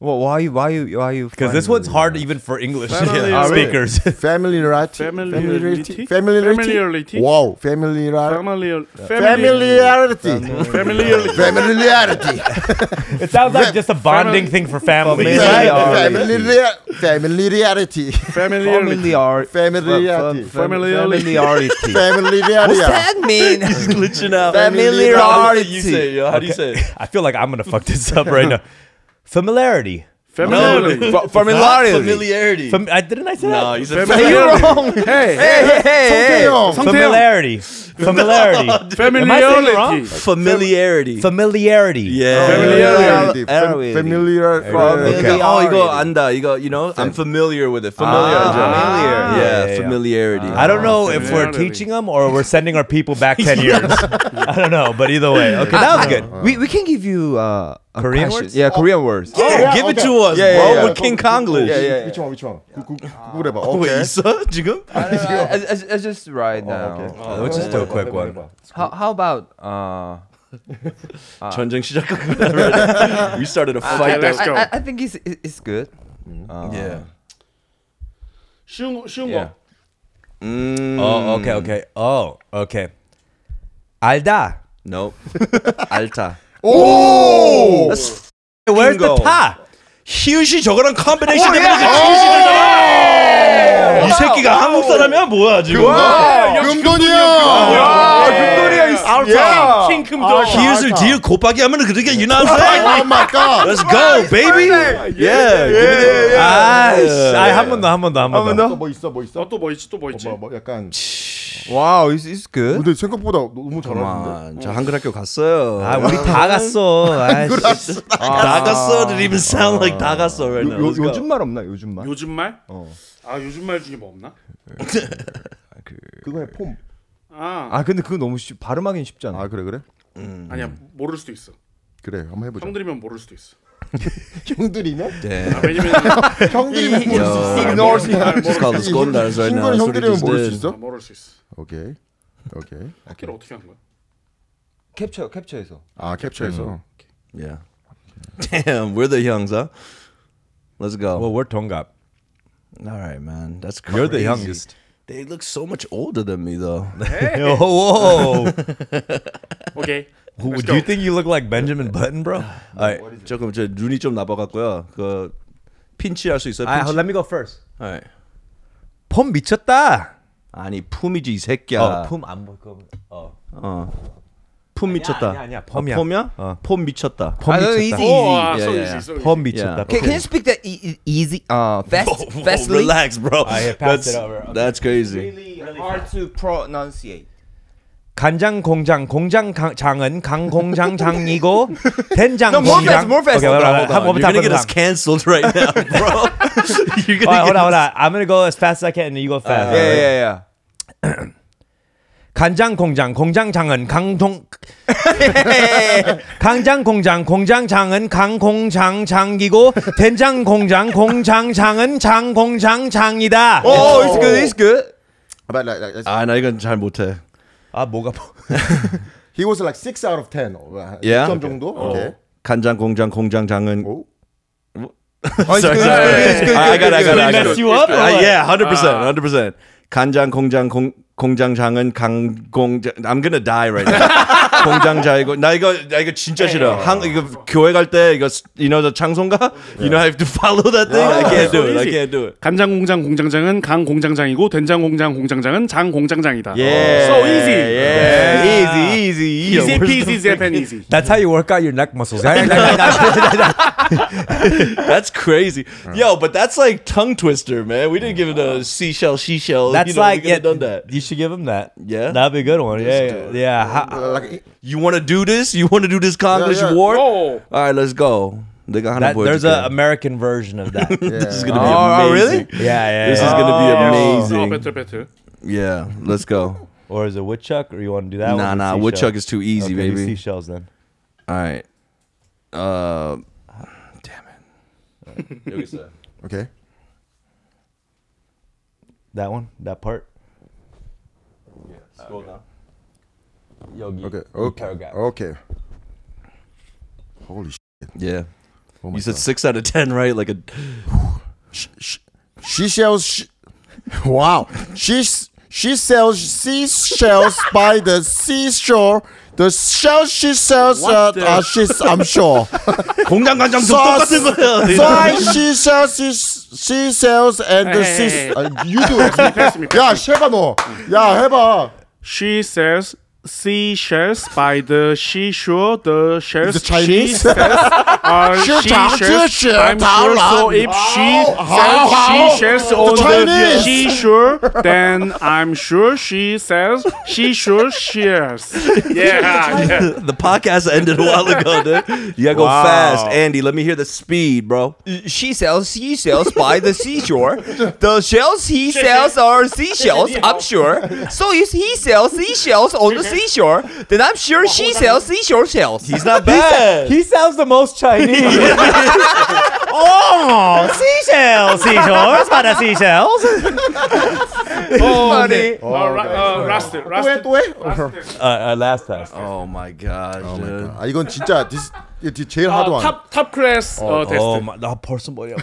S5: Well, why you? Why you? Why you?
S1: Because this one's hard even for English *laughs*
S4: Family
S1: yeah.
S4: rate.
S1: speakers.
S3: Familiarity.
S4: Familiarity?
S3: Familiarity.
S4: Familiarity?
S3: Wow. Familiarity.
S4: Family. Family.
S3: Familiarity.
S4: Family.
S3: Familiarity.
S1: it sounds like just a bonding
S4: Family-
S1: thing for families.
S5: Family-
S1: right?
S3: Familiar- Familiarity.
S4: Family.
S5: Familiar.
S3: Familiarity.
S5: Fam- fam-
S4: Familiarity.
S5: Familiarity. What's
S3: Familiarity.
S5: that
S2: *laughs*
S5: mean?
S2: Glitching out.
S5: Familiarity.
S2: How do you say it, yo? How do you say it?
S1: *laughs* I feel like I'm gonna fuck this up right now. Familiarity.
S4: Family.
S5: Fa- Familiarity.
S2: Familiarity.
S1: Fam- I, didn't I say
S2: no,
S1: that?
S2: you said
S4: Family-
S2: familiarity.
S4: Hey.
S5: Hey, hey, hey, hey.
S3: Familiarity.
S1: Familiarity. *laughs* Familiarity. Am I saying it wrong?
S4: Familiarity.
S1: Familiarity.
S2: Familiarity. Yeah.
S3: Familiarity.
S5: Familiarity.
S3: Familiarity.
S5: Familiarity.
S2: Okay. Oh,
S5: Familiarity.
S2: 이거 안다. 이거 you know, I'm familiar with it. Familiar.
S5: Ah, familiar.
S2: Yeah, Ah.
S1: Yeah, yeah, yeah.
S2: familiarity.
S1: I don't know if we're
S4: Familiarity.
S1: teaching them or we're sending our people back *laughs* 10 years. I don't know, but either way. Okay, that was good.
S5: We we can give you uh a
S1: Korean
S5: question.
S1: words?
S5: Yeah, Korean words.
S2: Yeah,
S3: Oh, yeah,
S2: give it
S3: okay.
S2: to us,
S5: Yeah,
S2: bro.
S5: yeah, yeah.
S2: With King Konglish.
S5: Yeah, yeah.
S3: Which one? Which one? 구- 구- 구글해봐.
S2: Wait,
S3: 오케이.
S2: 있어?
S3: *laughs*
S2: 지금?
S5: I, don't know, I, I, I just right now.
S3: Oh.
S1: Uh, Let's just do a quick one.
S5: How how about uh?
S2: 전쟁 *laughs* 시작하고 already. We started a
S4: Okay,
S2: fight.
S4: let's
S5: I,
S4: go.
S5: I, I think it's it- it's good. Uh,
S2: yeah.
S4: 쉬운 거, 쉬운
S5: Yeah.
S4: 거.
S2: Mm,
S1: Oh, okay, okay. Oh, okay. Alda.
S2: no. *laughs* Alta.
S3: 오!
S1: Where's the
S2: Bingo.
S1: ta?
S2: 희우씨 저거랑 컴비네이션 때문에 희우씨를 이 새끼가 한국 사람이야 뭐야 지금?
S3: 금돈이야!
S5: 금돈이야, 이
S3: 아, 알타!
S4: 킹
S3: 아,
S4: 금돈.
S2: 희우를 디을 곱하기 하면 은 그렇게 you know what I'm
S3: *laughs*
S2: saying?
S3: Oh my god!
S2: Let's go, baby. Yeah, give me the-
S1: 아, 한번 더, 한 번 더, 한 번 더.
S3: 또뭐 있어 뭐 있어?
S4: 또뭐 있지? 또 뭐 있지?
S3: 뭐, 뭐 약간
S5: Wow, it's it's good.
S3: 근데 생각보다 너무 잘하는데?
S2: 아, 저 한글 학교 갔어요.
S1: 아, 우리 다 갔어. 아, 씨.
S2: 다 갔어. Didn't even sound like 다 갔어 right now.
S5: 요,
S2: Let's go.
S5: 요즘 말 없나? 요즘
S3: 뭐.
S5: 말?
S4: 요즘 말?
S3: 어.
S4: 아 요즘 말 중에 뭐 없나?
S3: 그거에 폼.
S4: 아,
S5: 아 근데 그거 너무 쉽, 발음하기는 쉽잖아.
S3: 아 그래 그래?
S4: 아니야 모를 수도 있어.
S3: 그래 한번 해보자.
S4: 형들이면 모를 수도 있어.
S3: 형들이면?
S4: 아,
S3: *laughs*
S4: 왜냐면
S3: 네. 어,
S4: 아,
S3: 형들이면 모를 수 있어.
S4: 모를 수 있어. 아,
S2: It's called the Skondars right now.
S3: 친구는 뭐, 형들이면
S2: That's what
S3: 모를
S2: it
S3: 수
S2: is.
S3: 있어?
S4: 모를 수 있어.
S3: 오케이. 오케이.
S4: 악기를 어떻게 하는 거야?
S5: 캡처 캡처해서.
S3: 아 캡처해서.
S2: Yeah. *laughs* Damn, we're the youngs, huh? Let's go.
S1: Well, we're Tongap.
S2: All right, man. That's crazy.
S1: You're the youngest.
S2: They look so much older than me, though.
S1: Yo, *laughs* whoa.
S4: 오케이.
S1: Who-
S4: Let's
S1: Do you
S4: go.
S1: think you look like Benjamin Button, bro? All right.
S2: 조금 저 눈이 좀 나빠갖고요. 그 핀치할 수 있어요.
S1: All right,
S2: 핀치.
S1: let me go first.
S2: Alright.
S1: 폼 미쳤다.
S2: 아니 품이지 이 새끼야.
S1: 어, 폼안 보고. 어.
S2: 품 미쳤다.
S1: 아니야, 아니야. 폼이야.
S2: 아, 폼이야? 폼 미쳤다.
S1: 폼
S2: *laughs*
S5: 아, 너
S1: 미쳤다.
S5: easy.
S4: 오, 아,
S2: 예,
S4: so
S2: 예.
S4: easy, so easy.
S1: 폼 미쳤다.
S5: Can, can you speak that e- e- easy? Uh, fast,
S2: Whoa,
S5: fastly.
S2: relax, bro.
S1: yeah, 아, 예, pass it
S2: that's,
S1: over. Okay.
S2: that's crazy.
S5: Really hard to pronunciate.
S1: 간장 공장 공장 강- 장은 강 공장 장이고 된장
S5: No, more
S1: 공장.
S5: fast, more fast.
S1: Okay, hold on, hold on.
S2: Hold
S1: One
S2: on,
S1: more
S2: you're
S1: time, one more
S2: gonna get us
S1: time.
S2: canceled right now, bro. *laughs*
S1: All right,
S2: you're gonna get
S1: hold on, hold on. I'm gonna go as fast as I can, and you go fast.
S5: yeah, yeah, yeah.
S1: 간장 공장 공장 장은 강동 강장 공장 공장 장은 강 공장 장이고 된장 공장 공장 장은 장 공장 장이다.
S5: Oh, it's good. It's good.
S3: But like, like,
S2: 아, 나 이건 잘 못해.
S1: 아 뭐가 뭐-
S3: he was like six out of ten. 어, 한
S2: Yeah?
S3: 10점 정도. Okay.
S2: 간장 공장 공장장은
S3: 오.
S5: Oh, it's good. It's good. It's good.
S2: I got it, I got it, I
S1: mess
S2: got it.
S1: you up or
S2: Uh,
S1: what?
S2: yeah, hundred percent, hundred percent. 간장 공장 공 공장장은 강공장. I'm gonna die right now. 공장자 이거 나 이거 나 이거 진짜 싫어. 한 이거 교회 갈 때 이거 you know the 찬송가 you know I have to follow that thing. I can't do it. I can't do it.
S4: 간장 공장 공장장은 강 공장장이고 된장 공장 공장장은 장 공장장이다.
S3: 예.
S2: Yeah.
S4: So easy.
S2: Yeah. Easy, easy,
S4: Easy
S2: Where's
S4: peasy Japanese.
S1: That's how you work out your neck muscles.
S2: Oh, That's crazy. Yo, but that's like tongue twister, man. We didn't give it a seashell, seashell.
S1: That's
S2: you know,
S1: like
S2: we could
S1: yeah,
S2: have done that.
S1: You should give him that.
S2: Yeah? Oh,
S1: that'd be a good one. Yeah,
S2: do
S1: yeah, yeah. Ha-
S3: 아, Like
S2: You want to do this? You want to do this Congress
S3: yeah.
S2: war?
S4: Oh.
S2: All right, let's go. 내가 하나
S1: that- there's an
S2: 보여줄게.
S1: American version of
S2: *laughs*
S1: that. yeah,
S2: This is gonna be
S5: Oh,
S2: amazing.
S5: really?
S1: yeah, yeah.
S2: This is
S4: Oh,
S2: gonna be
S4: better,
S2: amazing.
S4: better.
S2: Yeah, let's go.
S1: or is it woodchuck? Or you want to do that? one
S2: Nah,
S1: or
S2: nah,
S1: seashell?
S2: woodchuck is too
S1: Okay,
S2: easy,
S1: do
S2: baby.
S1: Seashells then.
S2: All right. Uh, damn it.
S3: okay.
S1: That one, that part.
S3: Okay. Okay.
S1: paragraph.
S3: Okay. Holy shit.
S2: yeah.
S3: Oh my
S2: You said
S3: God.
S2: six out of ten, right? Like a
S3: Sh- sh- she sells. Sh- wow. She s- she sells seashells by the seashore. The shells she sells, uh, uh, she's I'm sure.
S2: 공장 간장
S3: 좀 똑같은 Fly seashells, seas- seashells, and the
S4: Hey,
S3: seas.
S4: hey, hey.
S3: Uh, you do it. 야, 셰가 너. 야, 해봐.
S4: She sells seashells by the seashore. The shells
S3: Is it Chinese?
S4: she sells
S3: *laughs*
S4: are seashells. I'm sure. So if she sells seashells on the
S3: Chinese.
S4: seashore, then I'm sure she sells seashore shears. Yeah,
S2: *laughs*
S4: yeah.
S2: the podcast ended a while ago, dude. You gotta go fast, Andy. Let me hear the speed, bro.
S5: She sells seashells by the seashore. The shells he sells are seashells, I'm sure. So if he sells seashells on the seashore, then I'm sure she sells seashore shells.
S2: He's not bad.
S1: He sounds the most Chinese. *laughs* oh, seashells, seashells, by the seashells.
S5: funny.
S4: Uh, ra- uh, rusted,
S3: 어, 또해,
S4: rusted.
S3: 또해.
S1: Uh, uh, last pass.
S2: Oh my gosh, dude.
S3: 아, 이건 진짜 this- 이게 제일
S4: Uh,
S3: 하드한.
S4: top top class uh, test.
S1: Oh my! I'll pour somebody up.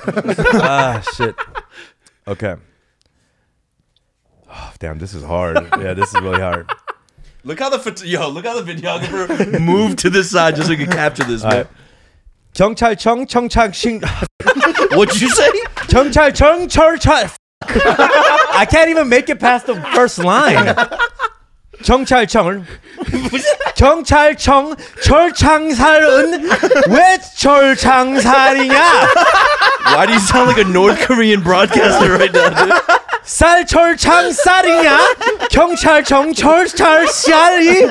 S1: ah shit. Okay. Oh, damn, this is hard. Yeah, this is really hard.
S2: Look how the phot- yo, look how the videographer moved to this side just so we could capture this, man.
S1: 경찰청 청창 신
S2: What'd you say?
S1: 경찰청 철철. I can't even make it past the first line. 경찰청을 경찰청 철창살은 왜 철창살이냐?
S2: Why do you sound like a North Korean broadcaster right now, dude?
S1: 쌀 철창 쌀이냐? 경찰청 철찰 쌀이.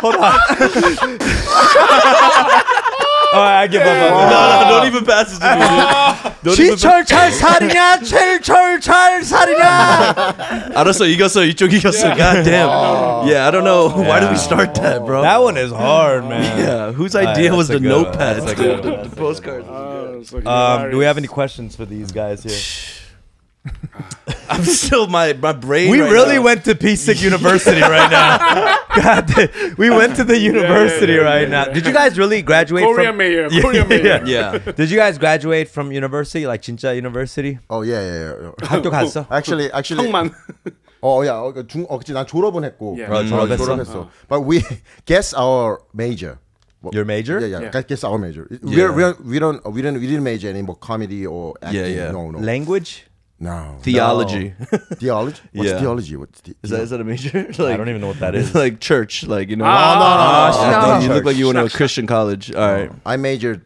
S1: Hold *laughs* on. Alright, I give up.
S2: no, no, don't even pass it to me. dude. Don't even pass-
S1: 지철찰 살이냐? 칠철찰 살이냐?
S2: 알았어, 이겼어, 이쪽 이겼어. God damn. Yeah, I don't know. Why did we start that, bro?
S1: That one is hard, man.
S2: yeah, whose idea
S1: that's
S2: was
S1: a
S2: the
S1: good one.
S2: notepad?
S1: That's a
S2: dude?
S1: good
S2: The,
S1: one.
S2: *laughs* the postcards.
S4: Uh, so
S1: Um, do we have any
S4: hilarious.
S1: questions for these guys here?
S2: I'm still my my brain.
S1: We
S2: right
S1: really
S2: now.
S1: went to *laughs* PSIC University right now. God, damn. we went to the university
S4: yeah,
S1: right
S4: yeah,
S1: now.
S4: yeah.
S1: Did you guys really graduate
S4: Korea
S1: from?
S4: mayor?
S1: Yeah,
S4: Korea mayor.
S1: yeah.
S2: *laughs* Yeah.
S1: Did you guys graduate from university, like Chincha University?
S3: Oh, yeah, yeah, yeah.
S1: 학교 갔어?
S3: Actually, actually,
S4: 형만.
S3: *laughs* 어, 야, 어, 중, 어, 그치, 난 졸업은 했고,
S4: 예.
S1: 아, 졸업했어?
S3: 졸업했어. But we *laughs* guess our major. 뭐,
S1: Your major?
S3: Yeah, yeah,
S4: Yeah.
S3: Guess our major.
S2: Yeah.
S3: We're, we're, we don't, we didn't, we didn't major any more comedy or acting.
S2: Yeah, yeah.
S3: No, no,
S1: Language?
S3: no.
S2: Theology.
S3: No. Theology? What's
S2: Yeah.
S3: theology? What's the,
S2: *laughs* Is that is that a major? *laughs* Like,
S1: I don't even know what that is.
S2: It's *laughs* like church, like you know.
S4: Ah,
S2: Ah,
S1: no, no, no,
S2: ah,
S1: no. Church. *laughs*
S2: You
S1: Oh.
S2: look like you went to a Christian college. All right.
S3: I majored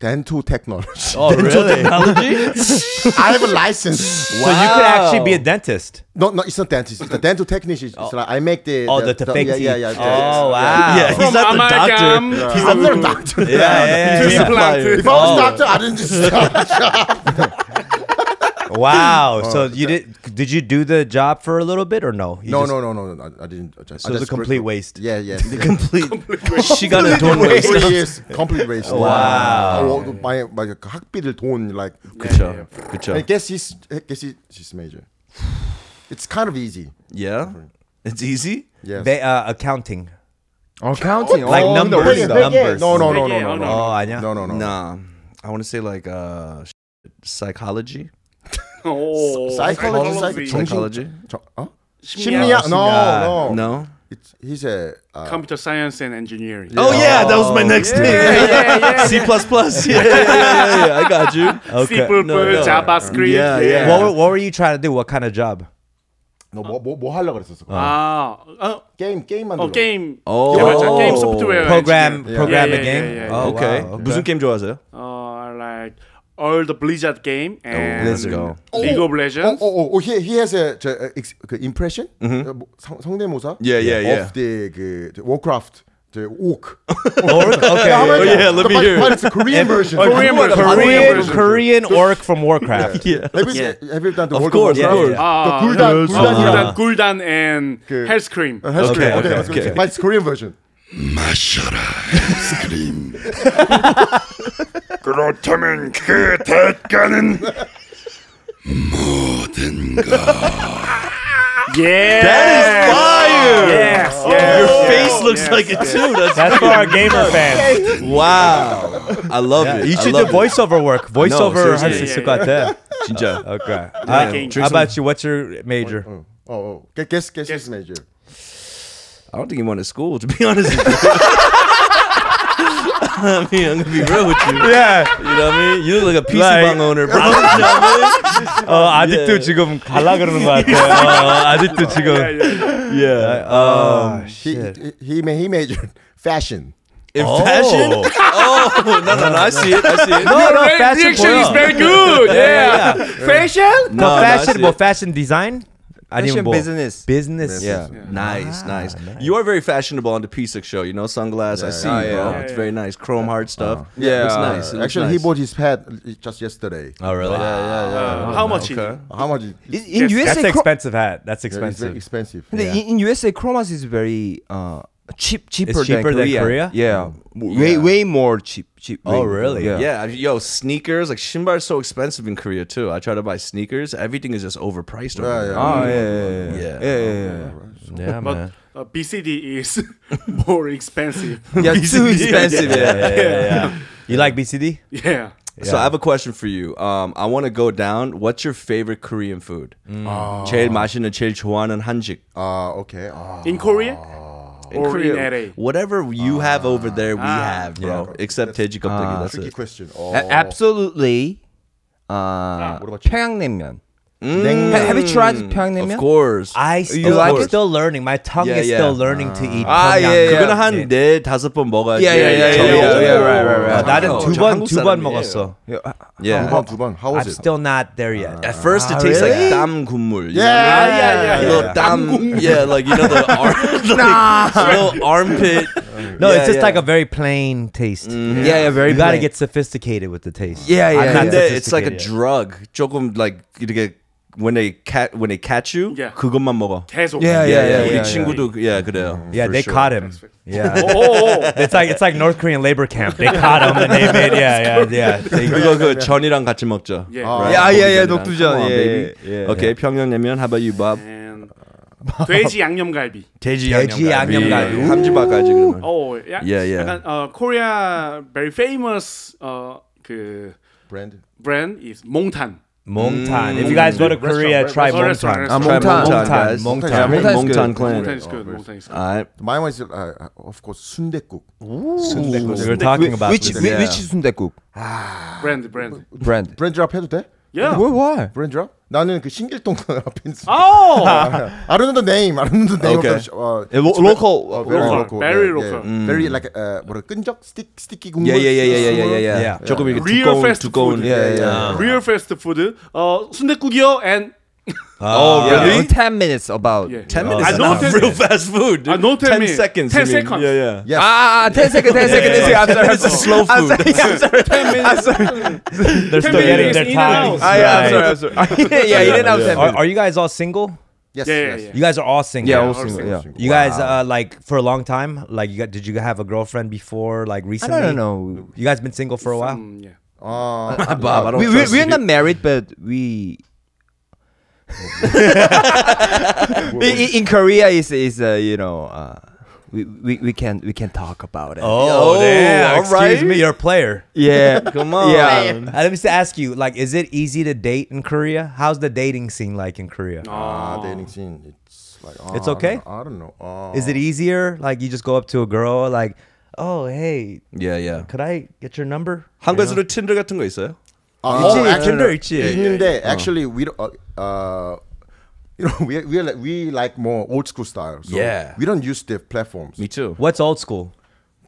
S3: dental technology.
S2: Oh, really? *laughs* Technology?
S3: *laughs* I have a license.
S1: So you could actually be a dentist.
S3: No, no, it's not dentist. It's the dental technician. It's like I make the
S1: Oh, the, fake
S3: yeah,
S1: teeth.
S3: yeah, yeah, the-
S1: oh,
S3: yeah.
S1: wow.
S3: *laughs*
S2: yeah, he's not the
S4: Amalgam.
S2: doctor. He's not
S3: I'm not a doctor.
S1: Yeah, yeah, yeah, yeah.
S3: If I
S1: Oh.
S3: was a doctor, I didn't
S1: *laughs*
S3: just
S1: *laughs*
S3: *laughs*
S1: Wow.
S3: Oh,
S1: so you did? Did you do the job for a little bit or no? You
S3: No,
S1: just-
S3: no, no, no, no. I, I didn't. I just,
S1: So it
S3: I
S1: was
S3: just
S1: a complete waste.
S3: Yeah, yeah.
S1: *laughs*
S2: complete. she got a 돈
S3: Complete
S2: waste.
S3: waste. Complete waste.
S1: Wow.
S3: 어, 어, 많이 막 이렇게 학비를 돈 like.
S1: 그렇죠.
S2: 그쵸, 그쵸.
S3: I guess he's. I guess he, she's major. It's kind of easy.
S2: Yeah, it's easy.
S3: Yeah.
S1: They uh, accounting.
S3: oh, counting.
S1: Like
S3: oh,
S1: numbers,
S3: wait, wait,
S1: numbers.
S3: yeah. No, no, no,
S4: Yeah,
S3: no, no,
S4: oh,
S3: no.
S1: Oh, 아니야.
S3: No, no, no.
S2: Nah, I want to say like uh, psychology.
S4: 오. Oh,
S3: Psychology, psych- 정신-
S2: Psychology?
S3: 저, 어?
S4: 심리학.
S1: 네
S3: 심리학. No,
S1: Oh.
S3: no.
S2: No.
S3: It's, he's a. Uh,
S4: Computer science and engineering.
S2: Oh yeah, that was my next thing.
S4: yeah, yeah.
S2: C
S1: *laughs*
S2: plus plus. Yeah, yeah, yeah, yeah, yeah. I got you.
S1: Oh,
S4: C++,
S1: Okay.
S2: no.
S4: JavaScript.
S2: Yeah, yeah.
S1: What, were- what were you trying to do? What kind of job?
S3: 너뭐뭐뭐 하려고 그랬었어?
S4: 아, 어,
S3: 게임 게임만.
S4: 어 게임.
S2: 오.
S4: 개발자, 게임
S2: 오.
S4: 소프트웨어.
S1: Program,
S4: 엔지니어.
S1: program
S4: Yeah, yeah,
S1: again.
S4: yeah, yeah, yeah.
S1: Oh,
S2: Okay.
S1: wow, okay.
S2: 무슨 게임 좋아하세요?
S4: Uh, like all the Blizzard game and
S2: let's go.
S4: League
S3: Oh,
S4: of Legends.
S3: 어어어 he he has a 저, uh, ex- 그 impression Uh, 어, 뭐, 성, 성대모사
S2: Mm-hmm. Yeah, yeah, yeah.
S3: of the 그 저, Warcraft
S2: *laughs*
S3: 저 Orc
S1: Orc?
S3: *laughs* How
S1: Okay.
S3: about-
S2: yeah, let me
S3: but-
S2: hear.
S3: but it's a Korean version
S4: Korean version.
S1: Korean, Korean orc from Warcraft.
S2: Yeah.
S3: have you seen- have you done the
S2: Of
S3: Warcraft
S2: course, of
S1: Yeah,
S2: course.
S1: yeah.
S4: 아,
S3: 굴단 굴단이랑
S4: 굴단, 굴단 and
S3: 그-
S4: 헬스 크림.
S3: has
S2: Okay,
S3: Korean.
S2: okay,
S3: that's
S2: okay.
S3: good. but it's Korean version
S6: 마셔라 스크림 그렇다면 그 대가는 모든 것
S4: Yeah. That is fire. Yes. yes.
S2: Your face looks like it too. That's
S1: That's for our gamer fans.
S2: wow. I love it.
S1: You
S2: I
S1: should do
S2: love it.
S1: voiceover work. Voiceover 할수
S4: seriously.
S1: 있을 것 같아.
S2: 진짜.
S1: Okay.
S4: Drinking.
S1: Uh, how about you? What's your major?
S3: 어, 어. Guess- oh, guess guess his major
S2: I don't think he went to school, to be *laughs* honest. With you. I mean, I'm gonna be real with you.
S1: Yeah.
S2: You know what I mean? You look like a PC
S1: Like-
S2: bang
S1: *laughs*
S2: owner, bro. You know what
S1: 어, 아직도 지금 갈라 그러는 것 같아. 어,
S3: *laughs*
S1: 아직도
S4: Yeah,
S1: 지금.
S4: yeah, yeah.
S2: I mean? Yeah.
S1: 아,
S3: he he he, ma- he majored *laughs* fashion
S2: In fashion?
S1: Oh.
S2: Oh, *laughs* no, no, no. I see it. I see
S1: *laughs*
S2: it.
S1: No, no,
S4: Your
S1: fashion
S4: reaction is
S1: 보여.
S4: very good.
S1: yeah,
S4: Yeah. Facial?
S1: 그
S2: No,
S1: fashion, 뭐
S2: no,
S1: fashion design? 아니면
S5: Fashion
S1: 뭐
S5: business.
S1: business.
S2: yeah. Nice, nice, You are very fashionable on the P6 show. You know, sunglasses. I see, you, bro.
S3: yeah.
S2: It's very nice. Chrome heart stuff.
S5: Yeah.
S2: It's nice. It looks
S3: actually
S2: nice.
S3: he bought his hat just yesterday
S1: Oh, really?
S4: Uh, how much? is it?
S3: how much is-
S5: In, in
S4: Yes,
S1: That's
S5: USA,
S1: an
S5: Cro-
S1: expensive hat. That's
S3: yeah, it's very
S1: expensive.
S3: expensive
S5: in, in USA, Chromas is very uh, cheap, cheaper,
S1: cheaper than
S5: Korea.
S1: Korea?
S5: Yeah, way way more cheap, cheap.
S1: Oh,
S5: way-
S1: really?
S5: Yeah.
S2: Yeah, I- yo, sneakers like Shinbar is so expensive in Korea too. I try to buy sneakers. Everything is just overpriced. Over
S3: Yeah,
S2: there.
S1: 아, 예,
S2: *laughs*
S3: yeah.
S5: Oh, yeah, yeah, yeah,
S3: 예.
S5: yeah.
S2: Yeah.
S5: yeah,
S1: Yeah,
S4: But
S1: man.
S4: uh, BCD is *laughs* more expensive.
S5: yeah. yeah too expensive. Yeah.
S1: Yeah, yeah, *laughs* yeah. You like BCD?
S4: *laughs* Yeah.
S2: So I have a question for you. Um, I want to go down. What's your favorite Korean food?
S3: Oh.
S2: 제일 맛있는, 제일 좋아하는 한식.
S3: ah okay ah
S4: In Korea? or in LA?
S2: Whatever you have over there, we have, bro.
S3: Yeah.
S2: Except 돼지 껍데기. that's
S3: Ah. tricky
S2: it.
S3: question oh
S5: A- absolutely. Uh,
S3: what about you?
S5: 평양냉면.
S3: 냉면.
S5: Ha- Have you tried 평양냉면?
S2: Of course.
S1: I still,
S5: like
S1: I'm
S5: it?
S1: still learning. My tongue
S2: Yeah,
S1: is still
S2: yeah.
S1: learning to eat.
S2: 아,
S1: 평양.
S2: 예, 예. 그거는 한네 다섯 번 먹어야지.
S5: Yeah, yeah, yeah,
S2: 정해져.
S5: yeah, yeah, yeah, right, right,
S1: 아,
S5: right.
S1: 나는
S2: 어,
S1: 두
S2: 저
S1: 번,
S2: 한국
S1: 두 번
S2: 사람이에요.
S1: 먹었어.
S2: Yeah.
S3: 두번 두번 how was
S1: I'm
S3: it
S1: still not there yet.
S2: 예. At first, it tastes like 땀 국물. you know what I mean?
S3: Yeah, yeah,
S2: A little damn, yeah, like you know the arm, *laughs* like, little armpit.
S1: No,
S2: Yeah,
S1: it's just
S2: yeah.
S1: like a very plain taste.
S5: Yeah, yeah, very.
S1: You gotta
S5: plain.
S1: get sophisticated with the taste.
S5: Yeah, yeah,
S1: I'm not
S5: yeah.
S2: 근데 it's like a
S1: sophisticated yet.
S2: drug. 조금 like 이렇게 when they cat when they catch you,
S4: Yeah.
S2: 그것만 먹어.
S4: 계속.
S2: Yeah,
S5: Yeah,
S2: yeah,
S5: yeah,
S2: 우리
S5: yeah,
S2: 친구도 yeah, 그래요.
S1: Yeah,
S2: for
S1: they
S2: sure.
S1: caught him. Yeah. 네.
S4: Oh, oh,
S1: It's like it's like North Korean labor camp. They caught him and they made yeah yeah yeah. They,
S2: 그거 그 전이랑 같이 먹죠.
S4: Yeah.
S2: Right?
S5: Yeah, yeah, yeah,
S2: 고기전이랑.
S5: 녹두전.
S2: Come on,
S5: Yeah,
S2: baby.
S5: yeah, yeah.
S2: Okay, 평양냉면. How about you, Bob?
S4: and 돼지 양념갈비.
S2: 돼지
S1: 돼지 양념갈비.
S2: 예, 예. 함지바까지 그러면.
S4: Oh, yeah.
S2: Yeah, yeah.
S4: 약간 어, Korea very famous 어그
S3: brand
S4: brand is 몽탄.
S1: Mongtan. If you guys go to
S3: Restaurant,
S1: Korea,
S3: right?
S1: try
S4: Oh, restaurant,
S1: Mongtan.
S4: restaurant.
S2: Try
S1: 몽탄,
S2: 몽탄,
S5: 몽탄.
S2: guys.
S1: 몽탄.
S2: Yeah,
S5: 몽탄 is
S2: 몽탄 아.
S5: good.
S2: clan.
S4: 몽탄 is good. 몽탄 is good.
S2: All right.
S3: My one is uh, uh, of course 순대국.
S1: We were talking about
S5: Which
S1: this.
S5: which which is 순대국 뭐,
S4: brand brand.
S5: brand?
S3: 브랜드 랍 해도 돼?
S1: Um,
S4: Yeah.
S1: 뭐?
S5: Wait, why?
S3: 브랜드 drop? 나는 그 신길동 *laughs* 앞인스. 아,
S4: Oh,
S3: I don't know the name. I don't know the name
S2: Okay.
S3: of the
S2: 예,
S3: sh-
S2: 로, 로컬 어,
S3: 어, very
S4: 로컬,
S3: local.
S4: very
S3: 예,
S4: local.
S3: 예.
S1: Mm.
S3: very like 어, 뭐라 끈적 스틱 스티키 국물.
S2: 예, 예, 예, 예, 예, 예, 예.
S1: Yeah.
S2: 조금 이게
S4: Real
S2: 두꺼운
S4: fast
S2: 두꺼운
S4: food.
S2: 예, 예.
S4: real fast food. Uh, 순대국이요 and
S2: Oh,
S5: Yeah,
S2: really?
S5: only 10 minutes about.
S4: yeah.
S2: 10 minutes
S4: I
S2: is
S4: know
S2: not
S4: 10
S2: real fast food.
S4: I know 10 minutes.
S2: seconds.
S4: 10
S2: you mean.
S4: seconds.
S2: Yeah, yeah.
S3: Yes.
S5: Ah, ah, ah, 10 seconds, 10 seconds.
S2: yeah,
S5: I'm sorry.
S2: It's a slow
S5: I'm
S2: food.
S5: sorry. I'm sorry. I'm sorry.
S7: They're still getting
S4: minutes
S7: their
S4: in and
S7: time.
S4: out.
S5: Ah, *laughs* yeah, I'm sorry. I'm sorry. *laughs* yeah, you didn't have 10
S1: Are,
S5: minutes.
S1: are you guys all single?
S3: yes.
S4: Yeah, yeah,
S3: yes.
S4: yeah.
S1: You guys are all single.
S2: Yeah, all single. Yeah.
S1: You guys uh, like for a long time? Like you got did you have a girlfriend before like recently?
S5: know.
S1: You guys been single for a while?
S4: Mm, yeah.
S3: 아,
S1: *laughs*
S2: Bob, I don't
S5: We, we,
S2: trust
S5: we're
S2: you.
S5: not married,
S4: *laughs*
S5: but we. *laughs* in, in in Korea, is is uh, you know, uh, we, we we can we can talk about it.
S1: Oh, damn.
S5: all
S1: Excuse
S5: right.
S1: me, you're a player.
S5: Yeah,
S1: *laughs*
S5: come on. Yeah,
S1: Uh, let me just ask you, like, is it easy to date in Korea? How's the dating scene like in Korea?
S3: 아, dating scene. It's like ah,
S1: It's okay?
S3: I don't know. 아,
S1: Is it easier? Like, you just go up to a girl, like, oh, hey,
S2: Yeah, yeah.
S1: could I get your number?
S2: 한국에서도 틴더 같은 거 있어요?
S3: 아,
S1: 있지,
S3: 어,
S1: Tinder
S3: actually,
S1: 있지.
S3: 있는데 actually we don't, uh, uh, *laughs* you know we we like, we like more old school style. So
S2: Yeah.
S3: We don't use the platforms.
S2: Me too.
S1: What's old *laughs* school?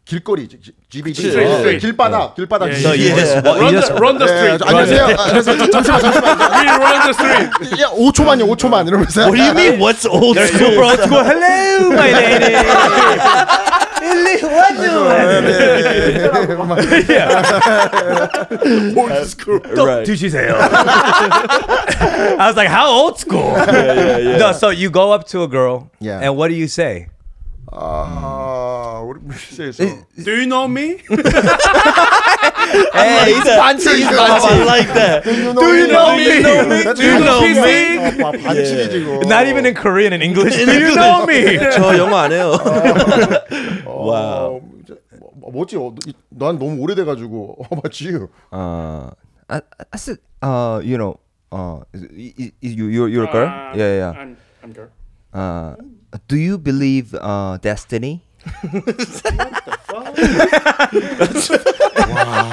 S3: 길거리 G- G- GBG
S4: 그치,
S3: 어,
S4: 그치.
S3: 길바닥 길바닥
S4: 예,
S3: GBG.
S1: So you
S2: Yeah.
S1: just,
S4: Run,
S1: what, you
S4: the,
S1: just
S4: run the
S3: 예,
S4: street.
S3: 저- 안녕하세요. 아, 저- 저- 잠시만 잠시만.
S4: we run the street.
S3: 어, 야, 5초만요. 5초만 이러면서.
S2: What do you mean? What's old school, bro? Old school. Hello, my lady.
S3: 어, 네,
S2: Right.
S1: I was like, how old school? No, so you go up to a girl,
S3: Yeah.
S1: and what do you say?
S3: 아, 우리 무시해서.
S4: Do you know me?
S5: Hey, it's fancy, it's fancy.
S2: I like that.
S3: Do you know me? Do you know 아,
S4: me?
S3: 반칙이 지금.
S1: Not even
S5: Oh.
S1: in Korean and
S5: *laughs*
S1: English. Do you know me?
S2: 저 영어 안 해요.
S3: 어, 저- 뭐- 뭐지? 어, 이- 난 너무 오래돼 가지고. 어, 맞지?
S5: Uh, I, I said, uh, you know, uh, is, is, is you you you're a girl?
S4: Uh,
S5: yeah, yeah.
S4: I'm, I'm girl.
S5: Uh, do you believe uh destiny? *laughs*